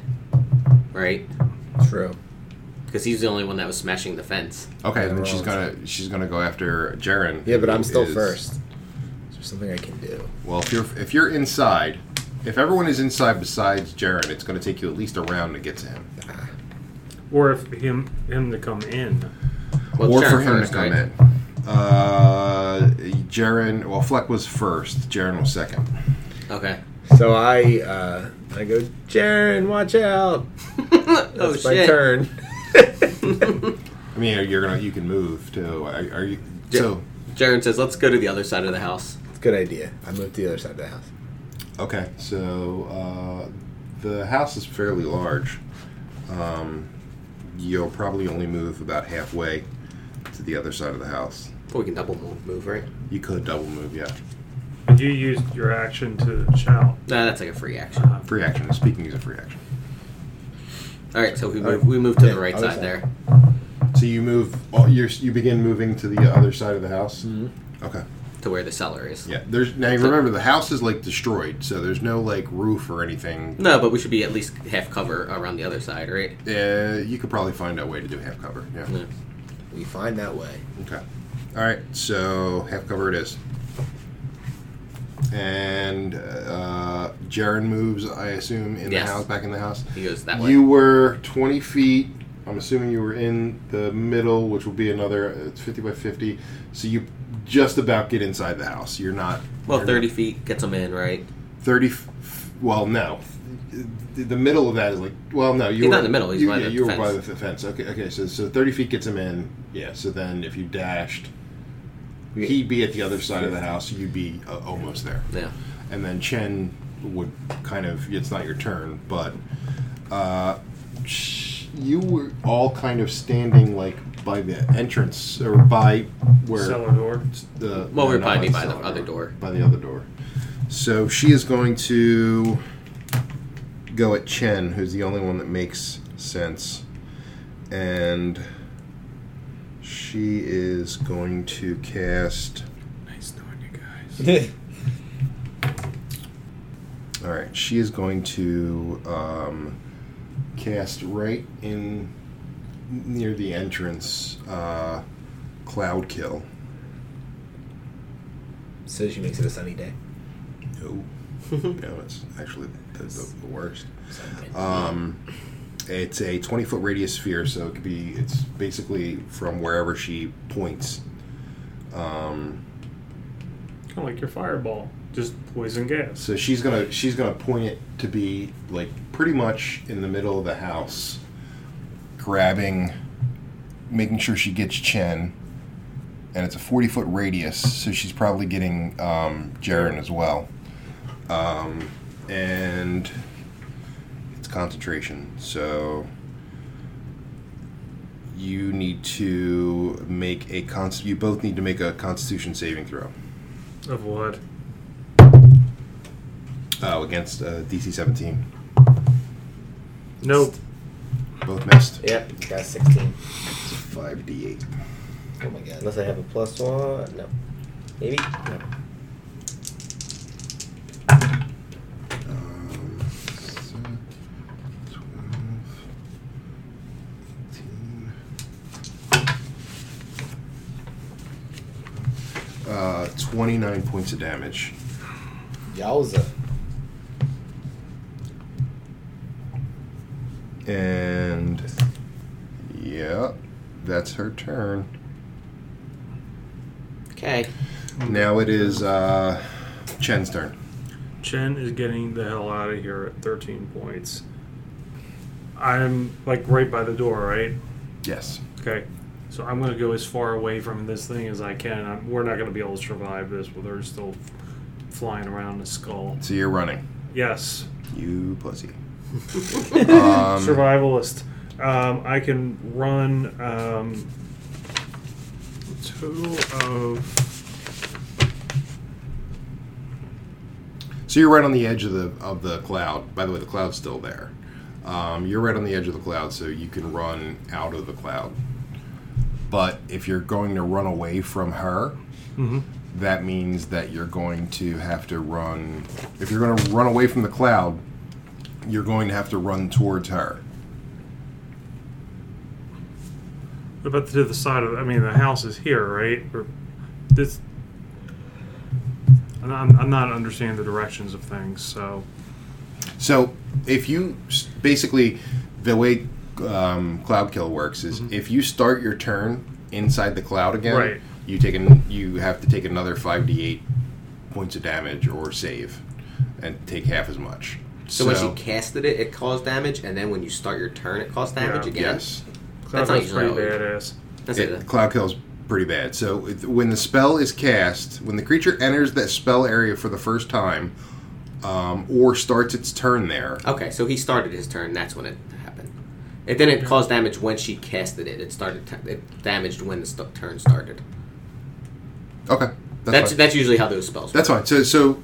Speaker 5: right?
Speaker 3: True.
Speaker 5: Because he's the only one that was smashing the fence.
Speaker 2: Okay, then
Speaker 3: roll
Speaker 2: she's
Speaker 3: it.
Speaker 2: gonna she's gonna go after Jaren.
Speaker 3: Yeah, but I'm
Speaker 2: who
Speaker 3: still
Speaker 2: is-
Speaker 3: first. Is there something I can do?
Speaker 2: Well, if you're if you're inside, if everyone is inside besides Jaren, it's gonna take you at least a round to get to him,
Speaker 4: Or if him him to come in.
Speaker 5: Well,
Speaker 2: or
Speaker 5: Jaren
Speaker 2: for him
Speaker 5: first,
Speaker 2: to come
Speaker 5: right?
Speaker 2: in. Uh, Jaren. Well, Fleck was first. Jaren was second.
Speaker 5: Okay.
Speaker 3: So I uh, I go, Jaren, watch out.
Speaker 5: oh
Speaker 3: It's my
Speaker 5: shit.
Speaker 3: turn.
Speaker 2: I mean, you're gonna you can move too. Are, are you so?
Speaker 5: Jaren says, "Let's go to the other side of the house."
Speaker 3: Good idea. I moved to the other side of the house.
Speaker 2: Okay, so uh, the house is fairly large. Um, you'll probably only move about halfway to the other side of the house.
Speaker 5: Well, we can double move, move, right?
Speaker 2: You could double move, yeah.
Speaker 4: And you used your action to shout.
Speaker 5: No, that's like a free action.
Speaker 4: Uh,
Speaker 2: Free action. Speaking is a free action.
Speaker 5: All right, so we move. We move to the
Speaker 3: Yeah,
Speaker 5: right
Speaker 3: other
Speaker 5: side
Speaker 3: side.
Speaker 5: there.
Speaker 2: So you move. Oh, you you begin moving to the other side of the house. Okay.
Speaker 5: to where the cellar is.
Speaker 2: Yeah. There's now. You remember the house is like destroyed, so there's no like roof or anything.
Speaker 5: No, but we should be at least half cover around the other side, right?
Speaker 2: Uh, you could probably find a way to do half cover. Yeah.
Speaker 5: Yeah.
Speaker 3: We find that way.
Speaker 2: Okay. All right. So half cover it is. And uh, Jaren moves, I assume, in
Speaker 5: Yes.
Speaker 2: the house, back in the house.
Speaker 5: He goes that way.
Speaker 2: You were 20 feet. I'm assuming you were in the middle, which will be another uh, it's 50 by 50. So you just about get inside the house. You're not.
Speaker 5: well,
Speaker 2: you're
Speaker 5: thirty feet gets him in, right?
Speaker 2: 30. f- f- Well, no. The the middle of that is like well no you
Speaker 5: He's
Speaker 2: were,
Speaker 5: not in the middle, he's
Speaker 2: you,
Speaker 5: by
Speaker 2: yeah,
Speaker 5: the
Speaker 2: you
Speaker 5: fence.
Speaker 2: were by the f- fence okay okay so so thirty feet gets him in yeah so then if you dashed he'd be at the other side of the house you'd be uh, almost there
Speaker 5: Yeah.
Speaker 2: and then chen would kind of it's not your turn but uh, sh- you were all kind of standing like by the entrance or by where
Speaker 4: cellar door.
Speaker 2: the
Speaker 5: Well, we're
Speaker 2: not
Speaker 5: probably by the
Speaker 2: cellar
Speaker 5: other door.
Speaker 2: by the other door so she is going to go at chen who's the only one that makes sense and she is going to cast
Speaker 5: Nice knowing you guys.
Speaker 2: All right, she is going to um, cast right in near the entrance uh, Cloud Kill.
Speaker 3: so she makes it a sunny day.
Speaker 2: No, no, it's actually the, the, the worst. Um, it's a twenty foot radius sphere, so it could be. It's basically from wherever she points. Um,
Speaker 4: kind of like your fireball, just poison gas.
Speaker 2: So she's gonna she's gonna point it to be like pretty much in the middle of the house, grabbing, making sure she gets Chen, and it's a forty foot radius. So she's probably getting um, Jaren as well, um, and it's concentration. So you need to make a const. You both need to make a Constitution saving throw.
Speaker 4: Of what?
Speaker 2: Oh, against uh, DC 17.
Speaker 4: Nope.
Speaker 2: Both missed.
Speaker 6: Yep, got a 16.
Speaker 2: 5d8.
Speaker 6: Oh my god. Unless I have a plus one. No. Maybe? No.
Speaker 2: Um, six, 12, 18. Uh, 29 points of damage.
Speaker 6: Yowza.
Speaker 2: And. Yeah, that's her turn.
Speaker 5: Okay.
Speaker 2: Now it is uh, Chen's turn.
Speaker 4: Chen is getting the hell out of here at 13 points. I'm like right by the door, right?
Speaker 2: Yes.
Speaker 4: Okay. So I'm going to go as far away from this thing as I can. I'm, we're not going to be able to survive this. Well, they're still flying around the skull.
Speaker 2: So you're running.
Speaker 4: Yes.
Speaker 2: You pussy. um,
Speaker 4: Survivalist. Um, I can run um, a total of.
Speaker 2: So you're right on the edge of the of the cloud. By the way, the cloud's still there. Um, you're right on the edge of the cloud, so you can run out of the cloud. But if you're going to run away from her,
Speaker 4: Mhm.
Speaker 2: that means that you're going to have to run. If you're going to run away from the cloud, you're going to have to run towards her.
Speaker 4: What about to the side of? I mean, the house is here, right? Or this. I'm not, I'm not understanding the directions of things, so
Speaker 2: So if you s- basically the way um, cloud kill works is if you start your turn inside the cloud again,
Speaker 4: Right.
Speaker 2: you take an, you have to take another five d eight points of damage or save, and take half as much.
Speaker 5: So, when she casted it, it caused damage, and then when you start your turn, it caused damage
Speaker 4: Yeah.
Speaker 5: again.
Speaker 2: yes,
Speaker 4: Cloud
Speaker 5: That's not
Speaker 4: Hill's pretty
Speaker 5: usually how
Speaker 4: badass.
Speaker 5: That's
Speaker 2: it,
Speaker 5: it.
Speaker 2: cloud kills pretty bad. So it- when the spell is cast, when the creature enters that spell area for the first time, um, or starts its turn there,
Speaker 5: Okay, so he started his turn. That's when it happened. It didn't cause damage when she casted it. It started. T- it damaged when the st- turn started.
Speaker 2: okay,
Speaker 5: That's that's,
Speaker 2: fine.
Speaker 5: usually how those spells.
Speaker 2: That's
Speaker 5: work.
Speaker 2: fine. So so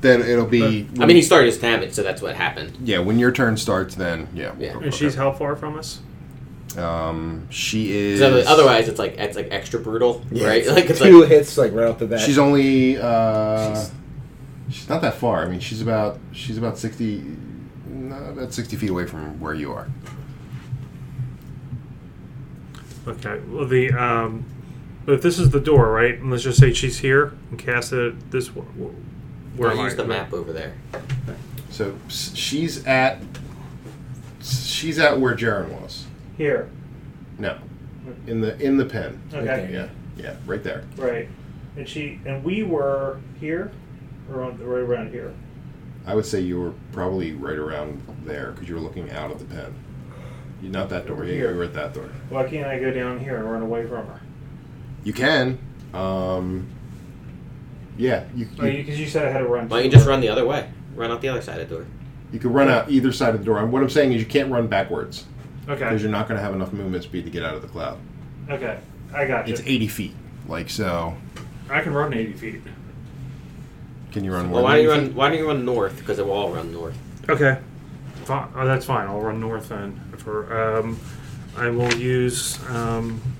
Speaker 2: then it'll be.
Speaker 5: I mean, he started his damage, so that's what happened.
Speaker 2: yeah. When your turn starts, then yeah.
Speaker 5: Yeah.
Speaker 4: And she's how far from us?
Speaker 2: um, she is.
Speaker 5: So otherwise, it's like it's like extra brutal, right? Like it's
Speaker 3: two
Speaker 5: like
Speaker 3: hits like right off the bat.
Speaker 2: she's only. Uh,
Speaker 5: She's-
Speaker 2: she's, not that far. I mean, she's about she's about sixty, no, about sixty feet away from where you are.
Speaker 4: Okay. Well, the um, but if this is the door, right? And let's just say she's here and cast it this. w- w- Where
Speaker 5: I
Speaker 4: am
Speaker 5: use
Speaker 4: I?
Speaker 5: the map over there.
Speaker 2: So s- she's at. She's at where Jaren was.
Speaker 4: Here.
Speaker 2: No, in the in the pen.
Speaker 4: Okay.
Speaker 2: Yeah, yeah, right there.
Speaker 4: Right. And she and we were here, around right around here.
Speaker 2: I would say you were probably right around there because you were looking out of the pen. You're not that door. Yeah, you were at that door.
Speaker 4: Why can't I go down here and run away from her?
Speaker 2: You can. Um, yeah, you,
Speaker 4: Because
Speaker 2: you,
Speaker 4: Oh, you, said I had to run.
Speaker 5: Why don't you just run the other way? Run out the other side of the door.
Speaker 2: you can run out either side of the door. And what I'm saying is you can't run backwards because
Speaker 4: Okay.
Speaker 2: you're not going to have enough movement speed to get out of the cloud.
Speaker 4: Okay. I got you.
Speaker 2: It's 80 feet. Like, so
Speaker 4: I can run 80 feet.
Speaker 2: can you run more
Speaker 5: Well, why don't you
Speaker 2: than 80
Speaker 5: run? Why don't you run north? Because they will all run north.
Speaker 4: Okay. Fine. Oh, that's fine. I'll run north then. For um, I will use um,
Speaker 2: feet?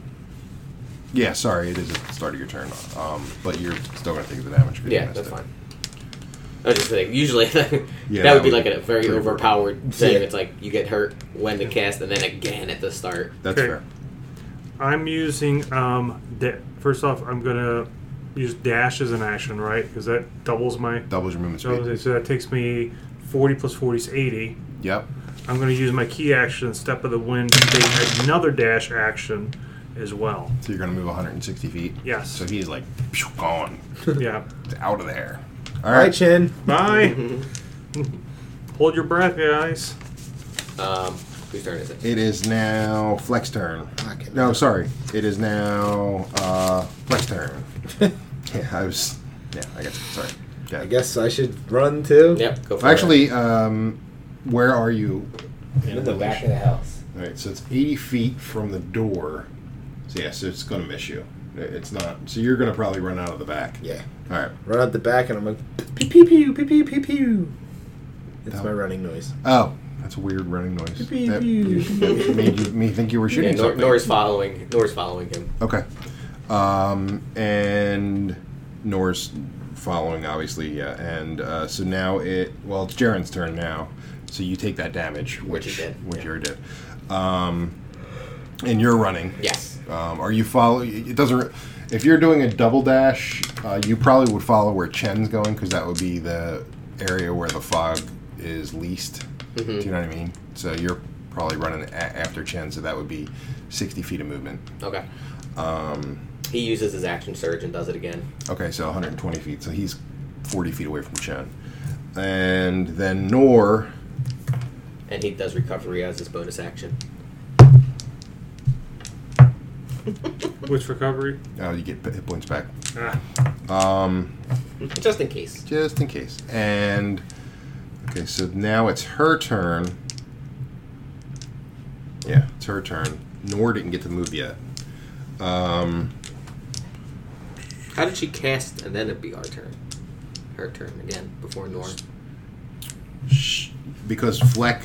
Speaker 2: Yeah, sorry, it is at the start of your turn. Um, but you're still going to take the damage. 'cause you
Speaker 5: Yeah,
Speaker 2: missed
Speaker 5: that's
Speaker 2: it.
Speaker 5: fine. I was just saying, usually that
Speaker 2: that
Speaker 5: would be
Speaker 2: would
Speaker 5: like
Speaker 2: be
Speaker 5: a very
Speaker 2: pretty brutal.
Speaker 5: overpowered thing.
Speaker 3: Yeah.
Speaker 5: It's like you get hurt when to cast, and then again at the start.
Speaker 2: That's
Speaker 4: Okay.
Speaker 2: fair.
Speaker 4: I'm using um. Da- first off, I'm gonna use dash as an action, right? Because that doubles my.
Speaker 2: Doubles your movement
Speaker 4: So
Speaker 2: speed.
Speaker 4: so that takes me 40 plus 40 is 80.
Speaker 2: Yep.
Speaker 4: I'm gonna use my key action, step of the wind, to take another dash action as well.
Speaker 2: So you're going to move 160 feet.
Speaker 4: Yes.
Speaker 2: So he's like phew, gone
Speaker 4: yeah.
Speaker 2: It's out of there. All
Speaker 3: All right,
Speaker 2: right.
Speaker 3: Chin.
Speaker 4: Bye. Hold your breath, guys.
Speaker 5: Um, whose turn is it?
Speaker 2: It is now Flex turn.
Speaker 3: Fuck it.
Speaker 2: No, sorry. It is now uh, Flex turn. yeah, I was. Yeah, I guess. Sorry. Yeah.
Speaker 3: I guess I should run too.
Speaker 5: Yep, go for it.
Speaker 2: Actually, um, where are you?
Speaker 6: I'm in the back of the house.
Speaker 2: All right, so it's 80 feet from the door. So yeah, so it's going to miss you. It's not. So you're going to probably run out of the back.
Speaker 3: Yeah.
Speaker 2: All right.
Speaker 3: Run out the back, and I'm like pew pew pew pew pew pew. pew. It's
Speaker 2: Oh.
Speaker 3: my running noise.
Speaker 2: Oh, that's a weird running noise.
Speaker 3: Pew,
Speaker 2: That
Speaker 3: pew.
Speaker 2: made you, me think you were
Speaker 5: Yeah,
Speaker 2: shooting
Speaker 5: Nor,
Speaker 2: something.
Speaker 5: Nora's following. Nora's following him.
Speaker 2: Okay. Um, and Nor's following, obviously, yeah. And uh, so now it, well, it's Jaren's turn now. So you take that damage, which
Speaker 5: Which he did,
Speaker 2: which
Speaker 5: yeah.
Speaker 2: you're dead. Um, and you're running.
Speaker 5: Yes.
Speaker 2: Um, are you follow? It doesn't. If you're doing a double dash, uh, you probably would follow where Chen's going because that would be the area where the fog is least.
Speaker 5: Mm-hmm.
Speaker 2: Do you know what I mean? So you're probably running a- after Chen, so that would be 60 feet of movement.
Speaker 5: Okay. Um,
Speaker 2: Um,
Speaker 5: he uses his action surge and does it again.
Speaker 2: Okay, so 120 feet. So he's 40 feet away from Chen. And then Nor.
Speaker 5: And he does recovery as his bonus action.
Speaker 4: Which recovery?
Speaker 2: Oh, you get hit points back.
Speaker 4: Ah,
Speaker 2: Um,
Speaker 5: Just in case.
Speaker 2: just in case. And. Okay, so now it's her turn. Yeah, it's her turn. Nor didn't get to move yet. Um,
Speaker 5: How did she cast and then it'd be our turn? Her turn again before Nora.
Speaker 2: sh- because Fleck.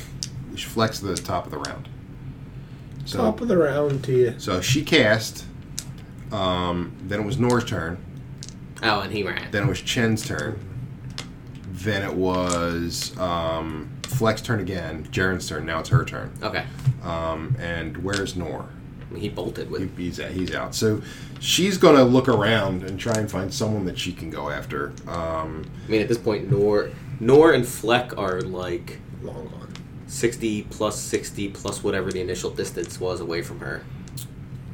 Speaker 2: Fleck's the top of the round. So,
Speaker 3: Top of the round to you.
Speaker 2: so she cast. Um, then it was Nor's turn.
Speaker 5: Oh, and he ran.
Speaker 2: Then it was Chen's turn. Then it was um, Flex turn again. Jaren's turn. Now it's her turn.
Speaker 5: Okay.
Speaker 2: Um, and where's Nor?
Speaker 5: He bolted
Speaker 2: He-
Speaker 5: with.
Speaker 2: He's he's out. So she's gonna look around and try and find someone that she can go after. Um,
Speaker 5: I mean, at this point, Nor, Nor and Fleck are like
Speaker 3: Long gone.
Speaker 5: 60 plus 60 plus whatever the initial distance was away from her.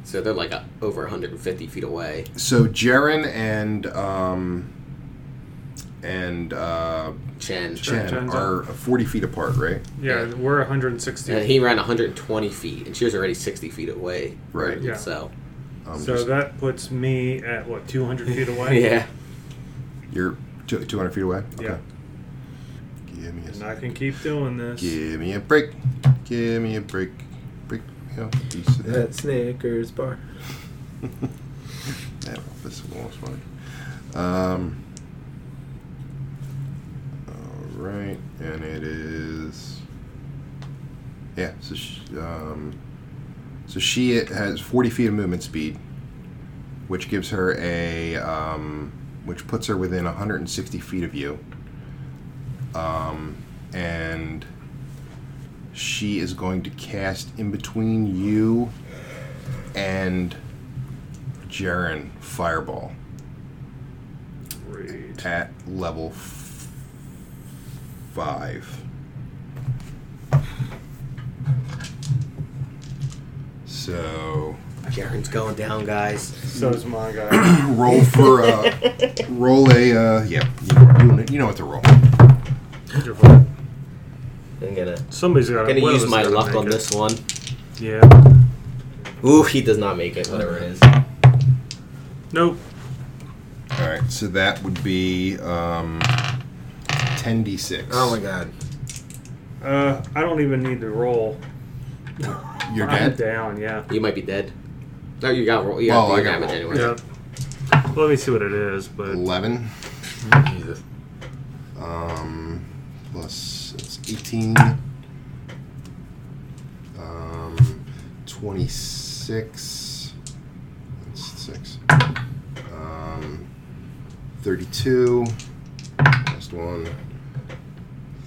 Speaker 5: So they're like uh over 150 feet away.
Speaker 2: so Jaren and um, and uh,
Speaker 5: Chen.
Speaker 2: Chen
Speaker 4: Chen's
Speaker 2: are forty feet apart, right?
Speaker 4: yeah, we're 160.
Speaker 5: And Uh, he ran 120 feet, and she was already 60 feet away.
Speaker 2: Right.
Speaker 4: Yeah.
Speaker 5: So,
Speaker 2: Um,
Speaker 4: so
Speaker 2: just-
Speaker 4: that puts me at what 200 feet away.
Speaker 5: yeah.
Speaker 2: you're two hundred feet away.
Speaker 4: Yeah.
Speaker 2: Give me a
Speaker 4: And I can keep doing this.
Speaker 2: Give me a break. Give me a break. Break me off a piece of that.
Speaker 3: That Snickers bar.
Speaker 2: That office was funny. Um, all right, and it is. Yeah, so she, um, so she has 40 feet of movement speed, which gives her a. Um, which puts her within 160 feet of you. Um, and she is going to cast in between you and Jaren Fireball
Speaker 4: Great.
Speaker 2: at level f- five. So
Speaker 5: Jaren's going down, guys.
Speaker 4: So is my guy.
Speaker 2: roll for uh, roll a uh, yeah you, you, you know what to roll.
Speaker 4: Wonderful.
Speaker 6: I'm gonna.
Speaker 4: Somebody's got.
Speaker 5: I'm gonna use my luck on this one.
Speaker 4: Yeah.
Speaker 5: Ooh, he does not make it. Whatever it is.
Speaker 4: Nope.
Speaker 2: All right, so that would be um, ten d six.
Speaker 3: Oh my god.
Speaker 4: Uh, I don't even need to roll.
Speaker 2: You're
Speaker 4: I'm
Speaker 2: dead.
Speaker 4: down. Yeah.
Speaker 5: You might be dead. No, you got roll. You
Speaker 2: Well,
Speaker 5: got
Speaker 2: Oh, I
Speaker 5: the
Speaker 2: got
Speaker 5: damage
Speaker 2: roll.
Speaker 5: anyway.
Speaker 4: Yeah. Let me see what it is, but
Speaker 2: Eleven. Um, plus it's 18. Um, 26. That's 6. Um, 32. Last one.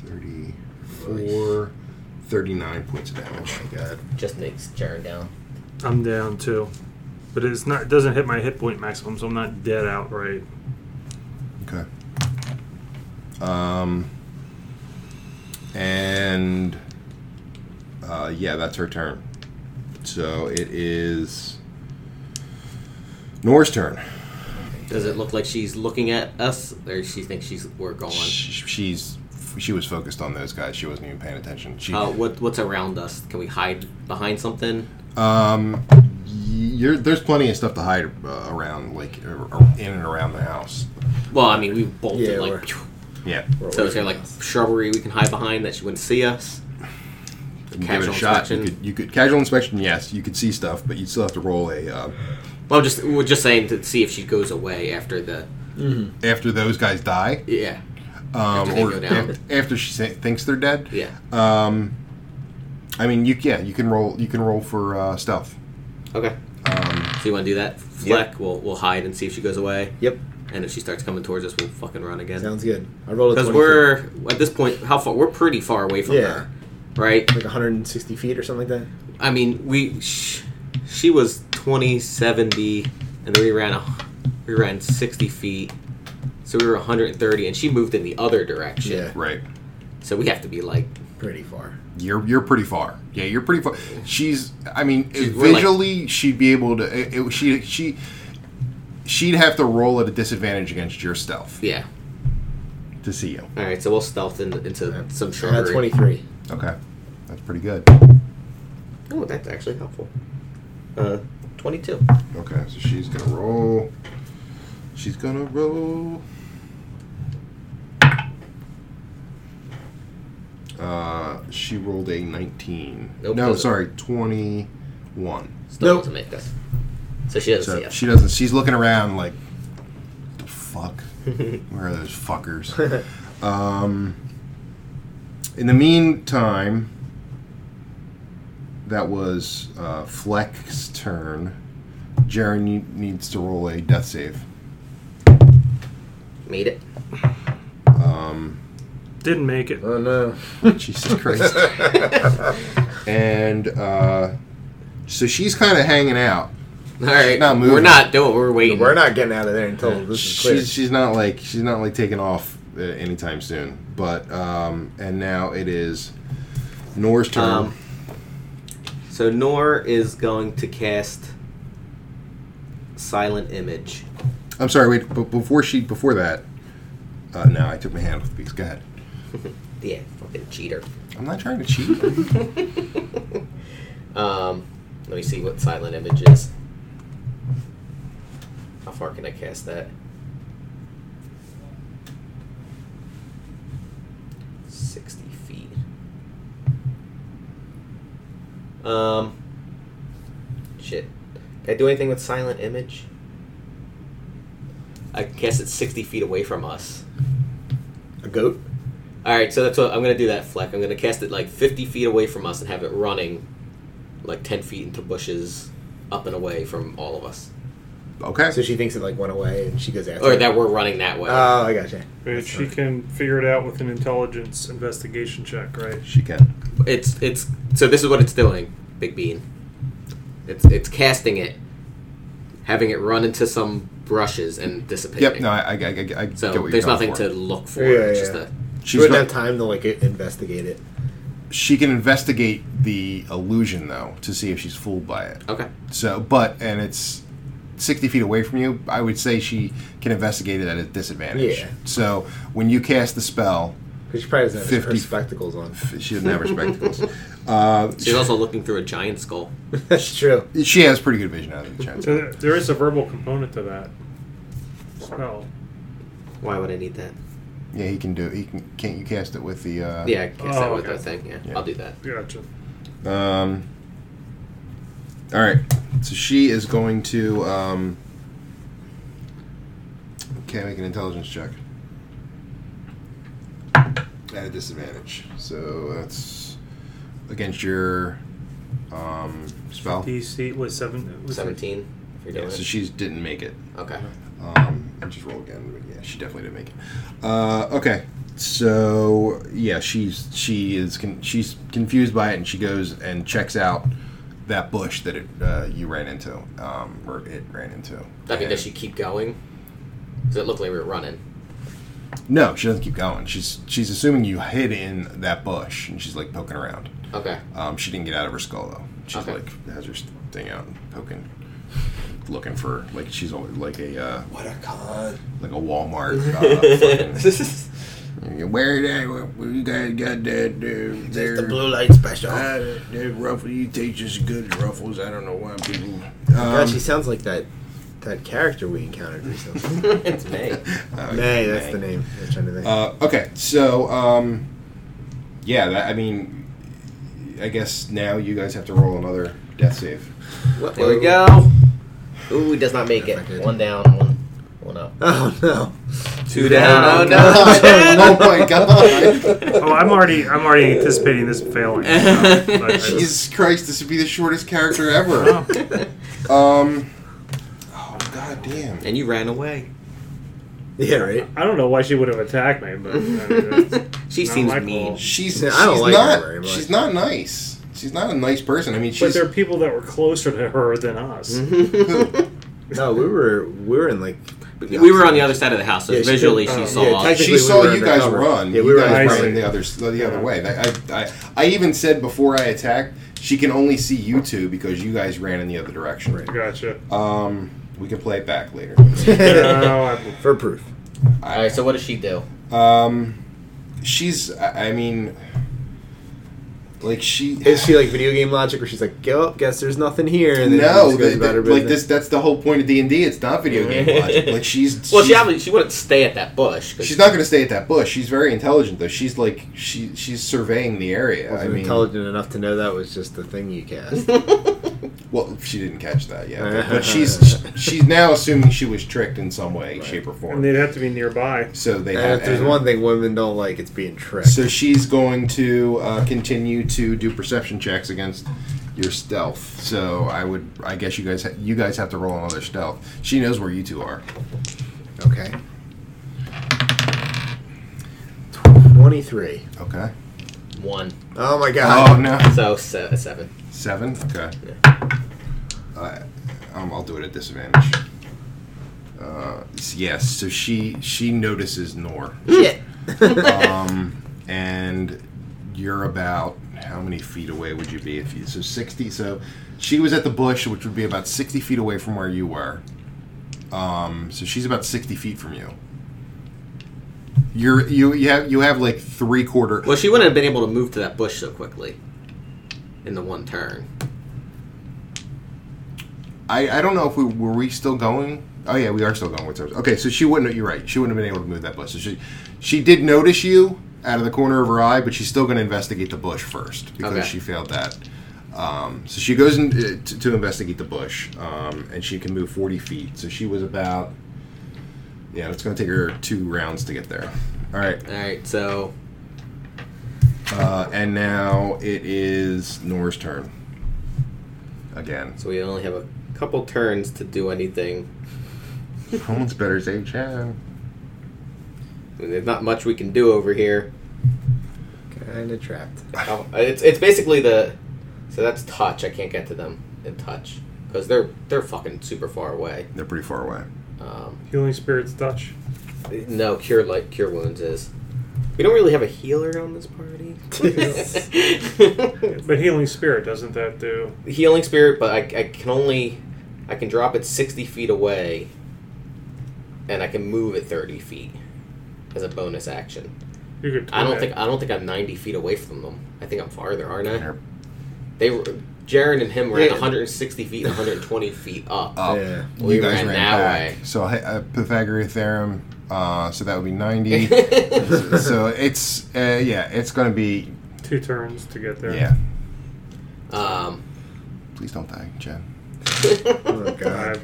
Speaker 2: 34. 39 points of damage.
Speaker 6: Oh my god. Just makes Jaren down.
Speaker 4: I'm down too. But it's not. It doesn't hit my hit point maximum, so I'm not dead outright.
Speaker 2: Okay. Um, and uh, yeah, that's her turn. So it is Nora's turn.
Speaker 5: Does it look like she's looking at us, or she thinks she's we're gone?
Speaker 2: Sh- She's she was focused on those guys. She wasn't even paying attention. She
Speaker 5: Uh, what what's around us? Can we hide behind something?
Speaker 2: Um, y- you're, there's plenty of stuff to hide uh, around, like ar- ar- in and around the house.
Speaker 5: Well, I mean, we bolted
Speaker 3: Yeah,
Speaker 5: like,
Speaker 3: we're-
Speaker 5: phew.
Speaker 2: Yeah,
Speaker 3: We're
Speaker 5: so is there
Speaker 3: away
Speaker 5: like
Speaker 3: from us.
Speaker 5: shrubbery we can hide behind that she wouldn't see us?
Speaker 2: you can give it
Speaker 5: Casual
Speaker 2: a shot. You
Speaker 5: inspection.
Speaker 2: could, you could casual inspection. Yes, you could see stuff, but you still have to roll a. Uh,
Speaker 5: Well, I'm just we're just saying to see if she goes away after the
Speaker 2: after those guys die,
Speaker 5: yeah
Speaker 2: um,
Speaker 5: After they
Speaker 2: or
Speaker 5: go down.
Speaker 2: af- after she sa- thinks they're dead.
Speaker 5: yeah.
Speaker 2: Um, I mean, you yeah, you can roll. You can roll for uh, stealth.
Speaker 5: Okay.
Speaker 2: Um,
Speaker 5: So you want to do that? Fleck, we'll we'll hide and see if she goes away.
Speaker 6: Yep.
Speaker 5: And if she starts coming towards us, we'll fucking run again.
Speaker 3: Sounds good. I rolled a
Speaker 5: Because
Speaker 3: 22.
Speaker 5: we're at this point, how far? We're pretty far away from
Speaker 3: Yeah.
Speaker 5: her, right?
Speaker 3: like 160 feet or something like that.
Speaker 5: I mean, we sh- she was twenty seventy, and then we ran a, we ran sixty feet, so we were one hundred and thirty, and she moved in the other direction.
Speaker 3: Yeah,
Speaker 2: right.
Speaker 5: So we have to be like
Speaker 3: pretty far.
Speaker 2: You're you're pretty far. Yeah, you're pretty far. She's. I mean,
Speaker 5: She's- we're like-
Speaker 2: visually, she'd be able to. It, it- she she she'd have to roll at a disadvantage against your stealth
Speaker 5: yeah.
Speaker 2: to see you.
Speaker 5: All right, so we'll stealth in, into
Speaker 2: Uh,
Speaker 5: some
Speaker 3: I got
Speaker 5: shrubbery.
Speaker 3: 23.
Speaker 2: Okay, that's pretty good.
Speaker 5: Oh, that's actually helpful. Uh, twenty-two.
Speaker 2: Okay, so she's gonna roll. She's gonna roll. Uh, she rolled a nineteen.
Speaker 5: Nope,
Speaker 2: no,
Speaker 5: doesn't.
Speaker 2: sorry, twenty-one.
Speaker 5: Still
Speaker 3: Nope.
Speaker 5: to make this. So she doesn't
Speaker 2: So
Speaker 5: see us.
Speaker 2: she doesn't. She's looking around like, the fuck? Where are those fuckers? um, in the meantime, that was uh, Fleck's turn. Jaren ne- needs to roll a death save.
Speaker 5: Made it.
Speaker 2: Um,
Speaker 4: Didn't make it.
Speaker 3: Oh no.
Speaker 2: Jesus Christ. and uh, so she's kind of hanging out.
Speaker 5: All right,
Speaker 2: not
Speaker 5: we're
Speaker 2: moving.
Speaker 5: not doing. We're waiting.
Speaker 3: We're not getting out of there until this is clear.
Speaker 2: she's she's not like she's not like taking off uh, anytime soon. But um, and now it is Nor's turn.
Speaker 5: Um, so Nor is going to cast silent image.
Speaker 2: I'm sorry, wait, but before she before that, uh, no, I took my hand off the piece. Go ahead.
Speaker 5: Yeah, fucking cheater.
Speaker 2: I'm not trying to cheat.
Speaker 5: Um, let me see what silent image is. How far can I cast that? Sixty feet. Um. Shit. Can I do anything with silent image? I can cast it sixty feet away from us.
Speaker 3: a goat.
Speaker 5: All right, so that's what I'm gonna do. That fleck. I'm gonna cast it like 50 feet away from us and have it running, like 10 feet into bushes, up and away from all of us,
Speaker 2: okay.
Speaker 3: So she thinks it like went away, and she goes after.
Speaker 5: or
Speaker 3: it.
Speaker 5: that we're running that way.
Speaker 2: Uh,
Speaker 3: Oh, I gotcha.
Speaker 4: If she can figure it out with an intelligence investigation check, right?
Speaker 2: she can.
Speaker 5: It's it's so this is what it's doing, Big Bean. It's it's casting it, having it run into some brushes and dissipating.
Speaker 2: Yep. No, I, I, I, I- I get
Speaker 5: so
Speaker 2: what
Speaker 5: there's
Speaker 2: you're going
Speaker 5: nothing
Speaker 2: for.
Speaker 5: to look for.
Speaker 3: Yeah,
Speaker 5: it's
Speaker 3: yeah,
Speaker 5: just
Speaker 3: yeah.
Speaker 5: a
Speaker 3: She
Speaker 2: She's
Speaker 3: wouldn't
Speaker 2: not-
Speaker 3: have time to like investigate it.
Speaker 2: she can investigate the illusion though to see if she's fooled by it.
Speaker 5: okay.
Speaker 2: So, but and it's sixty feet away from you. I would say she can investigate it at a disadvantage.
Speaker 3: Yeah.
Speaker 2: So when you cast the spell,
Speaker 3: Because she probably doesn't have her
Speaker 2: 50.
Speaker 3: spectacles on.
Speaker 2: she doesn't have her spectacles. Uh,
Speaker 5: She's also looking through a giant skull.
Speaker 3: That's true.
Speaker 2: she has pretty good vision out of the chance.
Speaker 4: So there- there is a verbal component to that spell.
Speaker 5: Why would I need that?
Speaker 2: Yeah, he can do. He can. Can't you cast it with the? Uh,
Speaker 5: Yeah, I cast that
Speaker 4: Oh,
Speaker 5: with
Speaker 4: okay.
Speaker 5: that thing. Yeah,
Speaker 2: Yeah.
Speaker 5: I'll do that.
Speaker 4: Gotcha.
Speaker 2: Um. All right. So she is going to. Um, can make an intelligence check at a disadvantage. So that's against your um, spell.
Speaker 4: DC was seven. Was
Speaker 5: 17. If you're
Speaker 2: Yeah,
Speaker 5: doing
Speaker 2: so
Speaker 5: it.
Speaker 2: she didn't make it.
Speaker 5: okay.
Speaker 2: Um, and just roll again. But yeah, she definitely didn't make it. Uh, okay, so yeah, she's she is con- she's confused by it, and she goes and checks out that bush that it uh, you ran into, um, or it ran into.
Speaker 5: I mean,
Speaker 2: And-
Speaker 5: does she keep going? Does it look like we were running?
Speaker 2: No, she doesn't keep going. She's she's assuming you hid in that bush, and she's like poking around.
Speaker 5: Okay.
Speaker 2: Um, she didn't get out of her skull though. She's
Speaker 5: Okay.
Speaker 2: like has her thing out and poking. looking for like she's al- like a uh,
Speaker 3: What a con.
Speaker 2: like a Walmart. Uh, fucking, where that? You guys got that? Uh, there.
Speaker 3: It's the blue light special.
Speaker 2: Uh, that ruffle, you taste as good as ruffles. I don't know why people.
Speaker 3: God,
Speaker 2: Um,
Speaker 3: she sounds like that that character we encountered recently.
Speaker 5: it's May.
Speaker 2: uh,
Speaker 3: May, that's the name. I was trying to think.
Speaker 2: Uh, okay, so um, yeah, that, I mean, I guess now you guys have to roll another death save.
Speaker 3: What-
Speaker 6: There we go. Ooh, does not make it.
Speaker 3: If I did.
Speaker 6: One down, one, one up.
Speaker 3: Oh no.
Speaker 5: Two down.
Speaker 2: oh my god!
Speaker 4: Oh, I'm already I'm already anticipating this failing. But I-
Speaker 2: Jesus Christ, this would be the shortest character ever. Um, oh god damn.
Speaker 5: and you ran away.
Speaker 3: Yeah, right.
Speaker 4: I don't know why she would have attacked me, but I mean, that's-
Speaker 5: She
Speaker 4: Not
Speaker 5: seems
Speaker 4: my
Speaker 5: mean.
Speaker 4: fault.
Speaker 2: She's,
Speaker 3: Yeah, I don't
Speaker 2: she's
Speaker 3: like her
Speaker 2: not
Speaker 3: very much.
Speaker 2: she's not nice. She's not a nice person. I mean,
Speaker 4: but
Speaker 2: she's
Speaker 4: there are people that were closer to her than us.
Speaker 3: No, we were we were in like.
Speaker 5: we were on the other side of the house, so
Speaker 3: Yeah, she uh,
Speaker 5: visually
Speaker 4: did-
Speaker 5: she,
Speaker 4: um,
Speaker 5: saw.
Speaker 3: yeah,
Speaker 5: us.
Speaker 3: technically-
Speaker 2: she
Speaker 3: we
Speaker 2: saw
Speaker 3: were
Speaker 2: you guys
Speaker 3: undercover.
Speaker 2: run.
Speaker 3: Yeah, we
Speaker 2: you
Speaker 3: were
Speaker 2: guys
Speaker 4: undercover.
Speaker 2: ran the other the other way. I, I, I, I even said before I attacked, she can only see you two because you guys ran in the other direction.
Speaker 4: Gotcha.
Speaker 2: Um, we can play it back later.
Speaker 4: No, I'm-
Speaker 3: For proof.
Speaker 6: All right, so what does she do?
Speaker 2: Um, she's. I I mean, like she.
Speaker 3: Is she like video game logic where she's like, "Yo, guess there's nothing here," and then
Speaker 2: no,
Speaker 3: she just goes
Speaker 2: the-
Speaker 3: about her
Speaker 2: the- like
Speaker 3: business?
Speaker 2: this. That's the whole point of D and D. It's not video game logic. Like she's.
Speaker 5: well, she
Speaker 2: she's-
Speaker 5: obviously she wouldn't stay at that bush. 'cause
Speaker 2: She's not going to stay at that bush. She's very intelligent, though. She's like she she's surveying the area.
Speaker 3: Wasn't
Speaker 2: I mean,
Speaker 3: intelligent enough to know that was just the thing you cast.
Speaker 2: well, she didn't catch that yet, but, but she's she's now assuming she was tricked in some way, shape, or
Speaker 4: and
Speaker 2: form.
Speaker 4: they'd have to be nearby.
Speaker 2: so they
Speaker 3: And
Speaker 2: have.
Speaker 3: if there's
Speaker 2: and-
Speaker 3: one thing women don't like, it's being tricked.
Speaker 2: So she's going to uh, continue to do perception checks against your stealth. So I would, I guess you guys, ha- you guys have to roll another stealth. She knows where you two are.
Speaker 3: okay. Twenty-three.
Speaker 2: Okay.
Speaker 6: One.
Speaker 3: Oh my
Speaker 2: Oh
Speaker 3: god.
Speaker 2: no.
Speaker 6: So, se- seven.
Speaker 2: Seven. Okay. Uh, um, I'll do it at disadvantage. Uh, s- yes. So she she notices Nor,
Speaker 3: Shit.
Speaker 2: um, and you're about how many feet away would you be if you so sixty? So she was at the bush, which would be about sixty feet away from where you were. Um, so she's about sixty feet from you. You're you you have you have like three quarter.
Speaker 5: Well, she wouldn't have been able to move to that bush so quickly in the one turn.
Speaker 2: I, I don't know if we were we still going. Oh yeah, we are still going with her. Okay, so she wouldn't. You're right. She wouldn't have been able to move that bush. So she she did notice you out of the corner of her eye, but she's still going to investigate the bush first because
Speaker 5: Okay.
Speaker 2: she failed that. Um, so she goes in, uh, to, to investigate the bush, um, and she can move 40 feet. So she was about. Yeah, it's going to take her two rounds to get there. All right,
Speaker 5: All right, so
Speaker 2: uh, and now it is Nora's turn. Again,
Speaker 5: so we only have a couple turns to do anything.
Speaker 2: someone's better save Chan.
Speaker 5: I mean, there's not much we can do over here.
Speaker 3: Kinda trapped.
Speaker 5: Oh, It's it's basically the so that's touch. I can't get to them in touch because they're they're fucking super far away.
Speaker 2: They're pretty far away.
Speaker 5: Um,
Speaker 4: Healing spirits Dutch.
Speaker 5: no cure like cure wounds is. We don't really have a healer on this party.
Speaker 4: But healing spirit doesn't that do?
Speaker 5: Healing spirit, but I, I can only I can drop it sixty feet away, and I can move it thirty feet as a bonus action.
Speaker 4: You could.
Speaker 5: I don't
Speaker 4: twin it.
Speaker 5: think I don't think I'm ninety feet away from them. I think I'm farther, aren't I?
Speaker 2: They're
Speaker 5: They were Jaron and him ran
Speaker 3: Yeah.
Speaker 5: 160 feet, 120 feet up.
Speaker 2: up.
Speaker 3: Yeah.
Speaker 5: We
Speaker 2: you guys
Speaker 5: ran
Speaker 2: ran,
Speaker 5: that
Speaker 2: back.
Speaker 5: way.
Speaker 2: So hey, uh, Pythagorean theorem. Uh, so that would be ninety. so it's uh, yeah, it's gonna be
Speaker 4: two turns to get there.
Speaker 2: yeah.
Speaker 5: um,
Speaker 2: Please don't die, Jen.
Speaker 3: Oh
Speaker 4: I-
Speaker 3: god.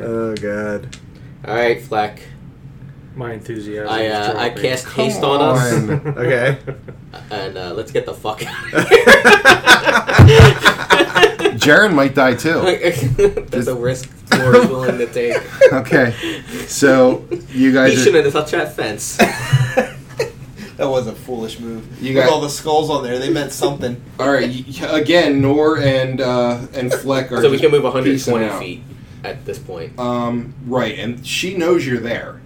Speaker 3: Oh god.
Speaker 5: all right, Fleck.
Speaker 4: my enthusiasm.
Speaker 5: I
Speaker 4: is
Speaker 5: uh, I
Speaker 4: dropping.
Speaker 5: cast
Speaker 2: Come
Speaker 5: haste on, us,
Speaker 2: on.
Speaker 3: Okay.
Speaker 5: and uh, let's get the fuck out.
Speaker 2: Jaren might die too.
Speaker 5: That's a risk Laura's willing to take.
Speaker 2: Okay, so you
Speaker 5: He
Speaker 2: guys, are,
Speaker 5: shouldn't have touched that fence.
Speaker 6: That was a foolish move.
Speaker 2: You With got- all
Speaker 6: the skulls on there, they meant something.
Speaker 2: all right. y- Again, Nor and uh, and Fleck are
Speaker 5: so we can move
Speaker 2: peacing
Speaker 5: 120
Speaker 2: out.
Speaker 5: feet at this point.
Speaker 4: Uh,
Speaker 2: Um, right, and she knows you're there,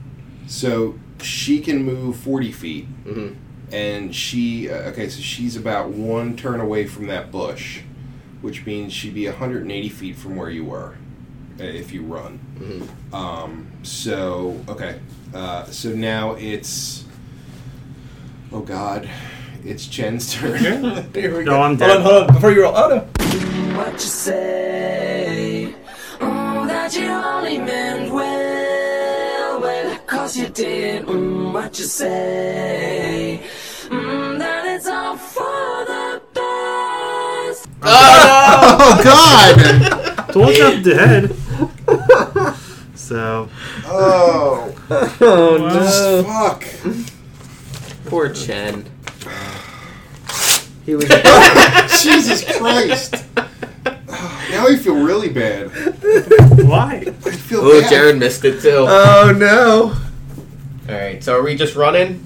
Speaker 2: so she can move forty feet,
Speaker 5: Mhm.
Speaker 2: and she uh, okay, so she's about one turn away from that bush, which means she'd be hundred and eighty feet from where you were. uh, if you run.
Speaker 5: Mhm.
Speaker 2: Um, so okay, uh, so now it's oh god, it's Chen's turn.
Speaker 3: There we
Speaker 4: No, I'm
Speaker 6: Hold on,
Speaker 4: dead.
Speaker 6: hold on. Before you roll, oh no.
Speaker 7: what you say. Mm, that you only meant well, well, cause you did mm, what you say. Mm, that it's all for the best.
Speaker 2: oh god!
Speaker 4: Told you I'm dead. So
Speaker 2: oh
Speaker 4: well,
Speaker 2: fuck!
Speaker 5: Poor Chen.
Speaker 6: He was.
Speaker 2: Jesus Christ! Now I feel really bad.
Speaker 4: why?
Speaker 2: I feel
Speaker 5: Oh,
Speaker 2: bad.
Speaker 5: Jared missed it too.
Speaker 3: oh no.
Speaker 5: All right, so are we just running?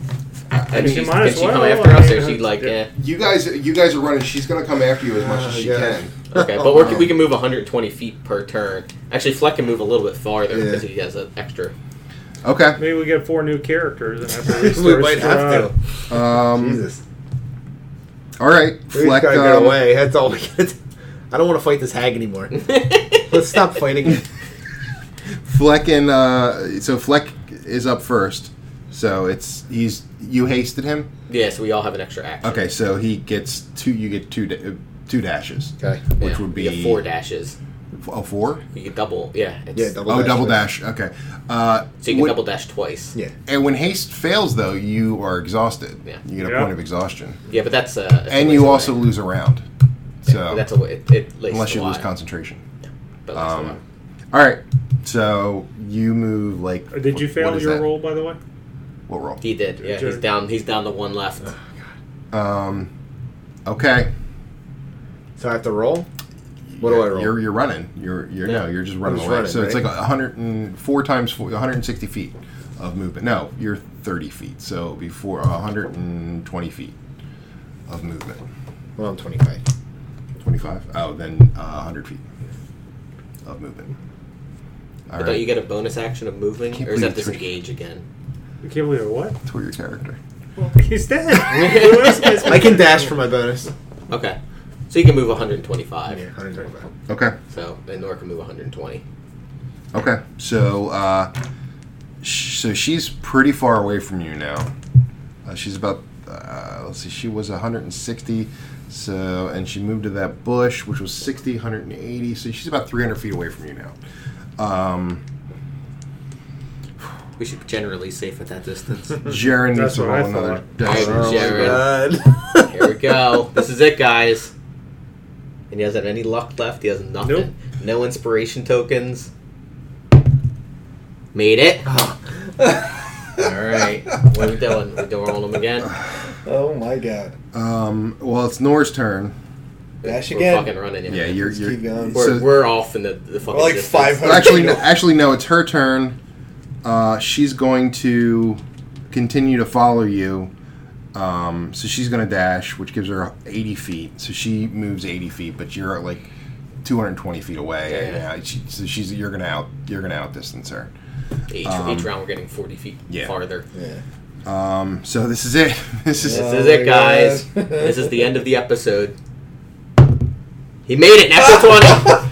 Speaker 5: And
Speaker 4: she
Speaker 5: she's,
Speaker 4: might
Speaker 5: can
Speaker 4: as
Speaker 5: she come
Speaker 4: well,
Speaker 5: after
Speaker 4: I
Speaker 5: us, or
Speaker 4: mean,
Speaker 5: she like, yeah,
Speaker 4: yeah.
Speaker 2: You guys, you guys are running. She's gonna come after you as much as she
Speaker 3: Oh, God.
Speaker 2: can.
Speaker 5: okay. But we're, we can move 120 feet per turn. Actually, Fleck can move a little bit farther
Speaker 3: Yeah.
Speaker 5: because he has an extra.
Speaker 2: Okay.
Speaker 4: Maybe we get four new characters and after this
Speaker 3: we
Speaker 4: first
Speaker 3: might have
Speaker 4: round-
Speaker 3: to.
Speaker 2: Um,
Speaker 3: Jesus.
Speaker 2: All right,
Speaker 3: We just
Speaker 2: Fleck.
Speaker 3: gotta get
Speaker 2: um,
Speaker 3: away. That's all we get. I don't want to fight this hag anymore. Let's stop fighting it.
Speaker 2: Fleck and uh, so Fleck is up first. So it's he's you hasted him.
Speaker 5: Yeah, so we all have an extra action.
Speaker 2: Okay, so he gets two. You get two da- uh, two dashes,
Speaker 3: Okay.
Speaker 2: which
Speaker 5: Yeah,
Speaker 2: would
Speaker 5: we
Speaker 2: be
Speaker 5: get four dashes.
Speaker 2: f- a four.
Speaker 5: You can double. Yeah. It's,
Speaker 3: Yeah, double
Speaker 2: oh,
Speaker 3: dash.
Speaker 2: double dash. Okay. Uh,
Speaker 5: So you can
Speaker 2: when-
Speaker 5: double dash twice.
Speaker 3: Yeah.
Speaker 2: And when haste fails, though, you are exhausted.
Speaker 5: Yeah.
Speaker 2: You get a
Speaker 4: Yeah.
Speaker 2: point of exhaustion,
Speaker 5: Yeah, but that's. Uh, that's a
Speaker 2: and
Speaker 5: ways
Speaker 2: you
Speaker 5: away.
Speaker 2: also lose a round.
Speaker 5: But
Speaker 2: So
Speaker 5: that's a wa- it, it lasts
Speaker 2: unless
Speaker 5: a
Speaker 2: you lose
Speaker 5: while,
Speaker 2: concentration.
Speaker 5: but lasts a
Speaker 2: um,
Speaker 5: while.
Speaker 2: All right. So you move like.
Speaker 4: Uh, Did you
Speaker 2: what-
Speaker 4: fail
Speaker 2: what is
Speaker 4: your
Speaker 2: that?
Speaker 4: roll, by the way?
Speaker 2: What roll?
Speaker 5: He did. Yeah, he's
Speaker 4: Jared-
Speaker 5: down. He's down to one left.
Speaker 2: Um. Okay.
Speaker 3: So I have to roll. What do I roll?
Speaker 2: You're you're running. You're you're no.
Speaker 5: Yeah.
Speaker 2: You're just running
Speaker 3: just
Speaker 2: away.
Speaker 3: running,
Speaker 2: so it's
Speaker 3: right?
Speaker 2: like a hundred and four times four, 160 feet of movement. No, you're 30 feet. So before 120 feet of movement.
Speaker 3: well, I'm 25.
Speaker 2: 25. Oh, then uh, 100 feet of movement. All
Speaker 5: But
Speaker 2: right.
Speaker 5: don't you get a bonus action of moving,
Speaker 2: Can't
Speaker 5: or is that
Speaker 2: believe it's-
Speaker 5: disengage again?
Speaker 4: I can't believe it. What?
Speaker 2: That's where your character.
Speaker 4: He's dead. Who else is-
Speaker 3: I can dash for my bonus.
Speaker 5: Okay. So you can move 125.
Speaker 3: Yeah, 125.
Speaker 2: Okay.
Speaker 5: So and Nora can move 120.
Speaker 2: Okay. So uh, sh- so she's pretty far away from you now. Uh, she's about uh, let's see, she was 160. So and she moved to that bush, which was 60, 180. So she's about 300 feet away from you now. Um,
Speaker 5: We should be generally safe at that distance. Here
Speaker 2: Jaren needs
Speaker 4: That's
Speaker 2: to
Speaker 4: what I
Speaker 2: roll another
Speaker 4: thought.
Speaker 2: dice.
Speaker 5: Oh,
Speaker 2: roll.
Speaker 5: Jared.
Speaker 3: God.
Speaker 5: we go. This is it, guys. And he doesn't have any luck left. He has nothing.
Speaker 4: Nope.
Speaker 5: No inspiration tokens. Made it. All right. What are we doing? We're doing roll them again.
Speaker 6: oh my god.
Speaker 2: Um, well, it's Nora's turn.
Speaker 6: Dash
Speaker 5: We're
Speaker 6: again.
Speaker 5: fucking running.
Speaker 2: Yeah, you're
Speaker 6: Let's
Speaker 2: you're.
Speaker 6: keep going.
Speaker 5: We're,
Speaker 2: so-
Speaker 5: we're off in the, the fucking.
Speaker 6: We're like
Speaker 5: distance.
Speaker 6: 500.
Speaker 2: Well, actually, no, actually, no. It's her turn. Uh, she's going to continue to follow you. Um, so she's going to dash, which gives her 80 feet. So she moves 80 feet, but you're like 220 feet away.
Speaker 5: Yeah,
Speaker 2: and,
Speaker 5: yeah.
Speaker 2: uh, she, so she's you're gonna out you're gonna outdistance her.
Speaker 5: Each,
Speaker 2: Um,
Speaker 5: each round we're getting 40 feet
Speaker 2: yeah.
Speaker 5: farther.
Speaker 6: Yeah.
Speaker 2: Um, so this is it. This is
Speaker 5: This
Speaker 6: Oh
Speaker 5: is it,
Speaker 6: my
Speaker 5: guys.
Speaker 6: God.
Speaker 5: this is the end of the episode. He made it, natural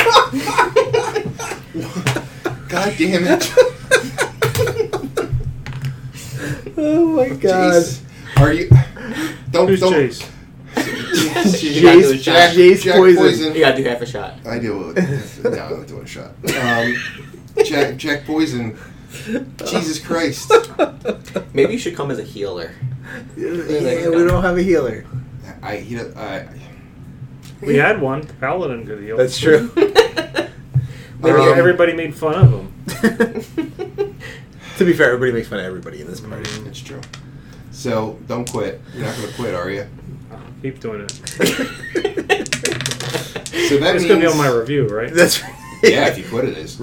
Speaker 5: 20!
Speaker 2: God damn it.
Speaker 3: Oh my god.
Speaker 2: Jeez. Are you? Don't
Speaker 4: Who's
Speaker 2: don't.
Speaker 4: Chase?
Speaker 5: You gotta do a
Speaker 3: Jace,
Speaker 5: shot.
Speaker 3: Jace poison.
Speaker 5: You gotta do half a shot.
Speaker 2: I do. it. no, I'm not doing a shot. Um, Jack Jack poison. Jesus Christ.
Speaker 5: Maybe you should come as a healer.
Speaker 3: Yeah, we don't have a healer.
Speaker 2: I he don't- I
Speaker 4: We had one. Paladin could heal.
Speaker 3: That's true.
Speaker 4: Maybe
Speaker 2: Um,
Speaker 4: everybody made fun of him.
Speaker 3: to be fair, everybody makes fun of everybody in this party.
Speaker 2: it's true. So don't quit. You're not gonna quit, are you?
Speaker 4: Keep doing it.
Speaker 2: So that
Speaker 4: It's
Speaker 2: means
Speaker 4: gonna be on my review, right?
Speaker 3: That's
Speaker 2: yeah. If you quit, it is.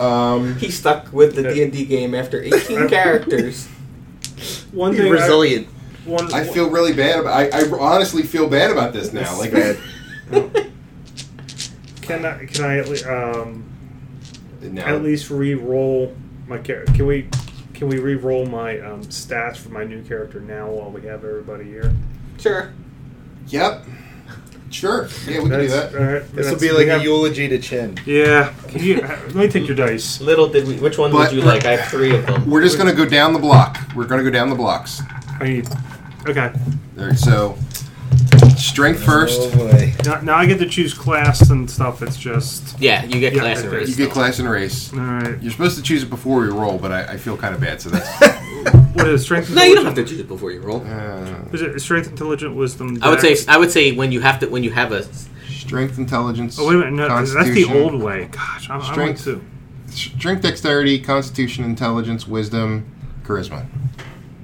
Speaker 2: Um, um,
Speaker 5: He stuck with the D&D game after 18 characters.
Speaker 4: One
Speaker 3: He's
Speaker 4: thing.
Speaker 3: resilient.
Speaker 4: I, one,
Speaker 2: I feel really bad about. I, I honestly feel bad about this now. Like I,
Speaker 4: Can I? Can I at least, um,
Speaker 2: no.
Speaker 4: at least re-roll my character? Can we? Can we re-roll my um, stats for my new character now while we have everybody here?
Speaker 5: Sure.
Speaker 2: Yep. Sure. Yeah, we can do
Speaker 4: That's- uh,
Speaker 2: that.
Speaker 4: all right,
Speaker 3: This will
Speaker 4: that's-
Speaker 3: be
Speaker 4: we
Speaker 3: like
Speaker 4: have-
Speaker 3: a eulogy to Chin.
Speaker 4: Yeah. Can you, let me take your dice.
Speaker 5: Little did we. Which one
Speaker 2: But-
Speaker 5: would you like? I have three of them.
Speaker 2: We're just going to go down the block. We're going to go down the blocks.
Speaker 4: I need. Okay.
Speaker 2: There, so, strength
Speaker 3: Oh
Speaker 2: first.
Speaker 3: boy.
Speaker 4: Now, now I get to choose class and stuff. It's just.
Speaker 5: Yeah, you get
Speaker 4: Yeah,
Speaker 5: class and
Speaker 4: okay.
Speaker 5: race.
Speaker 2: You get class and race.
Speaker 4: All right.
Speaker 2: You're supposed to choose it before we roll, but I, I feel kind of bad, so that's.
Speaker 4: What is strength?
Speaker 5: No, you don't have
Speaker 4: intelligence?
Speaker 5: to choose it before you roll.
Speaker 2: Uh,
Speaker 4: Is it strength, intelligent, wisdom?
Speaker 5: I would say.
Speaker 4: dex?
Speaker 5: I would say when you have to. When you have a.
Speaker 2: strength, intelligence.
Speaker 4: Oh, wait a minute. No, that's the
Speaker 2: constitution,
Speaker 4: old way. Gosh, I'm, I'm like
Speaker 2: Strength.
Speaker 4: two.
Speaker 2: Strength, dexterity, constitution, intelligence, wisdom, charisma.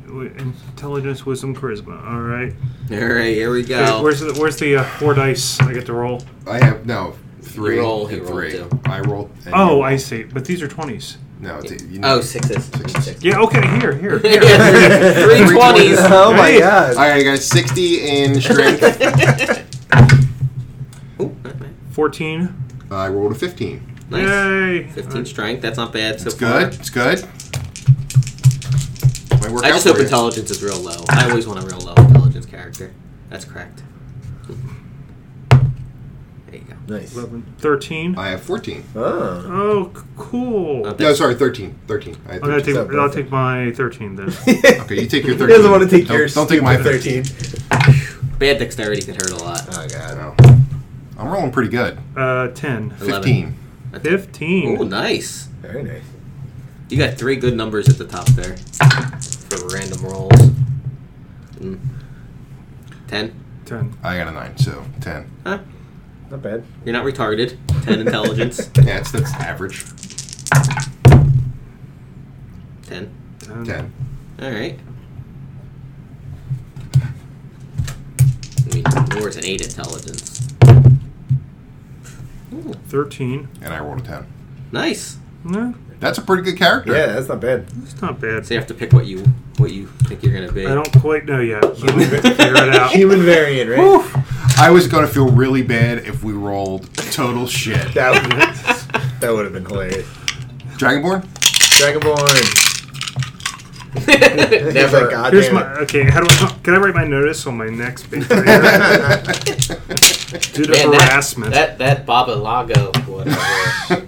Speaker 4: Wait, Intelligence, wisdom, charisma. All right.
Speaker 5: All right, here we
Speaker 4: Wait,
Speaker 5: go.
Speaker 4: Where's the Where's the uh, four dice I get to roll?
Speaker 2: I have no three.
Speaker 5: You roll,
Speaker 2: and
Speaker 5: you roll
Speaker 2: three.
Speaker 5: two.
Speaker 2: I rolled. and
Speaker 4: Oh,
Speaker 2: you-
Speaker 4: I see. But these are twenties.
Speaker 2: no. It's, you
Speaker 5: oh, sixes.
Speaker 2: Sixes.
Speaker 5: Six.
Speaker 4: Yeah. Okay. Here. Here.
Speaker 5: Yeah,
Speaker 4: here.
Speaker 5: three three twenties.
Speaker 6: Oh my
Speaker 4: Hey.
Speaker 6: god.
Speaker 2: All right, I got sixty in strength.
Speaker 5: Ooh, not bad.
Speaker 4: Fourteen.
Speaker 2: I rolled a fifteen.
Speaker 5: nice.
Speaker 4: Yay.
Speaker 5: Fifteen strength. That's not bad so
Speaker 2: It's
Speaker 5: far.
Speaker 2: good. It's good. Might work
Speaker 5: I
Speaker 2: out
Speaker 5: just hope
Speaker 2: for you.
Speaker 5: intelligence is real low. I always want a real low intelligence character. That's correct. There you go.
Speaker 6: Nice.
Speaker 4: 11, Thirteen.
Speaker 2: I have fourteen.
Speaker 6: Oh.
Speaker 4: Oh, c- cool.
Speaker 5: Okay.
Speaker 2: No, sorry, thirteen. Thirteen. I had
Speaker 4: I'm gonna
Speaker 2: 13.
Speaker 4: take.
Speaker 6: up,
Speaker 4: I'll
Speaker 6: perfect.
Speaker 4: take my thirteen then.
Speaker 2: Okay, you take your
Speaker 6: He
Speaker 2: thirteen.
Speaker 6: doesn't want to take
Speaker 2: Don't-
Speaker 6: your
Speaker 2: Don't take my
Speaker 6: stupid
Speaker 2: thirteen.
Speaker 5: Bad dexterity could hurt a lot.
Speaker 6: Oh
Speaker 2: I
Speaker 6: god.
Speaker 2: know. I'm rolling pretty good.
Speaker 4: Uh, ten.
Speaker 5: Eleven.
Speaker 2: Fifteen.
Speaker 5: Ooh,
Speaker 4: Fifteen.
Speaker 5: nice.
Speaker 6: Very nice.
Speaker 5: You got three good numbers at the top there for random rolls. Mm. Ten.
Speaker 4: Ten.
Speaker 2: I got a nine, so ten.
Speaker 5: Huh?
Speaker 6: Not bad.
Speaker 5: You're not retarded. Ten intelligence.
Speaker 2: Yeah, that's that's average.
Speaker 5: Ten.
Speaker 4: Ten.
Speaker 2: Ten.
Speaker 5: All right. I mean, Nora's an eight intelligence. Ooh,
Speaker 4: Thirteen.
Speaker 2: And I rolled a ten.
Speaker 5: nice.
Speaker 4: No,
Speaker 2: That's a pretty good character.
Speaker 3: Yeah, that's not bad.
Speaker 4: it's not bad.
Speaker 5: So you have to pick what you what you think you're gonna be.
Speaker 4: I don't quite know yet. I'll figure it out.
Speaker 3: Human variant, right?
Speaker 2: I was gonna feel really bad if we rolled total shit.
Speaker 3: That would, that would have been hilarious.
Speaker 2: Dragonborn?
Speaker 3: Dragonborn. He's
Speaker 5: Never.
Speaker 3: Like, God
Speaker 4: Here's
Speaker 3: damn
Speaker 4: my okay. How do I? Can I write my notice on my next page? Due to
Speaker 5: Man, that-
Speaker 4: harassment.
Speaker 5: That that Baba Lago. Whatever.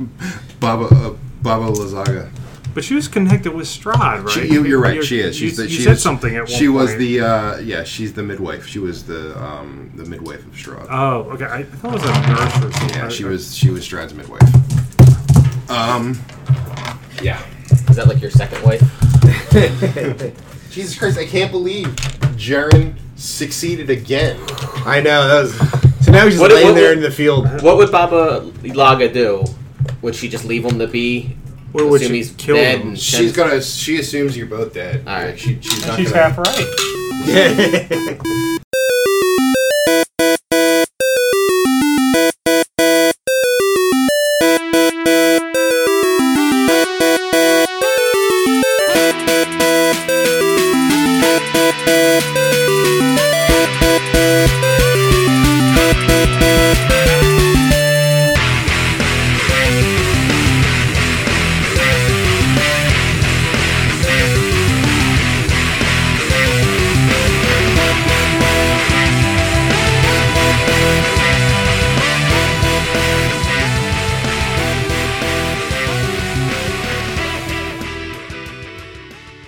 Speaker 2: Baba uh, Baba Lazaga.
Speaker 4: but she was connected with Strahd, right?
Speaker 2: She, you, you're right. She
Speaker 4: You-
Speaker 2: is. She's
Speaker 4: you
Speaker 2: the,
Speaker 4: you
Speaker 2: she
Speaker 4: said
Speaker 2: is-
Speaker 4: something at one
Speaker 2: She was
Speaker 4: point.
Speaker 2: the uh, yeah. She's the midwife. She was the um, the midwife of Strahd.
Speaker 4: Oh, okay. I thought it was a nurse or something.
Speaker 2: yeah, she was she was Strahd's midwife. Um, yeah.
Speaker 5: Is that like your second wife?
Speaker 2: Jesus Christ! I can't believe Jaren succeeded again.
Speaker 3: I know that was. So now he's just
Speaker 5: What-
Speaker 3: laying
Speaker 5: what-
Speaker 3: there in the field.
Speaker 5: What would Baba Laga do? Would she just leave him to be?
Speaker 4: Or would
Speaker 5: assume
Speaker 4: she
Speaker 5: he's
Speaker 4: kill
Speaker 5: dead
Speaker 4: him?
Speaker 5: and
Speaker 2: She's gonna. She assumes you're both dead.
Speaker 5: All right.
Speaker 2: She, she's not
Speaker 4: She's
Speaker 2: gonna,
Speaker 4: half right.
Speaker 3: That's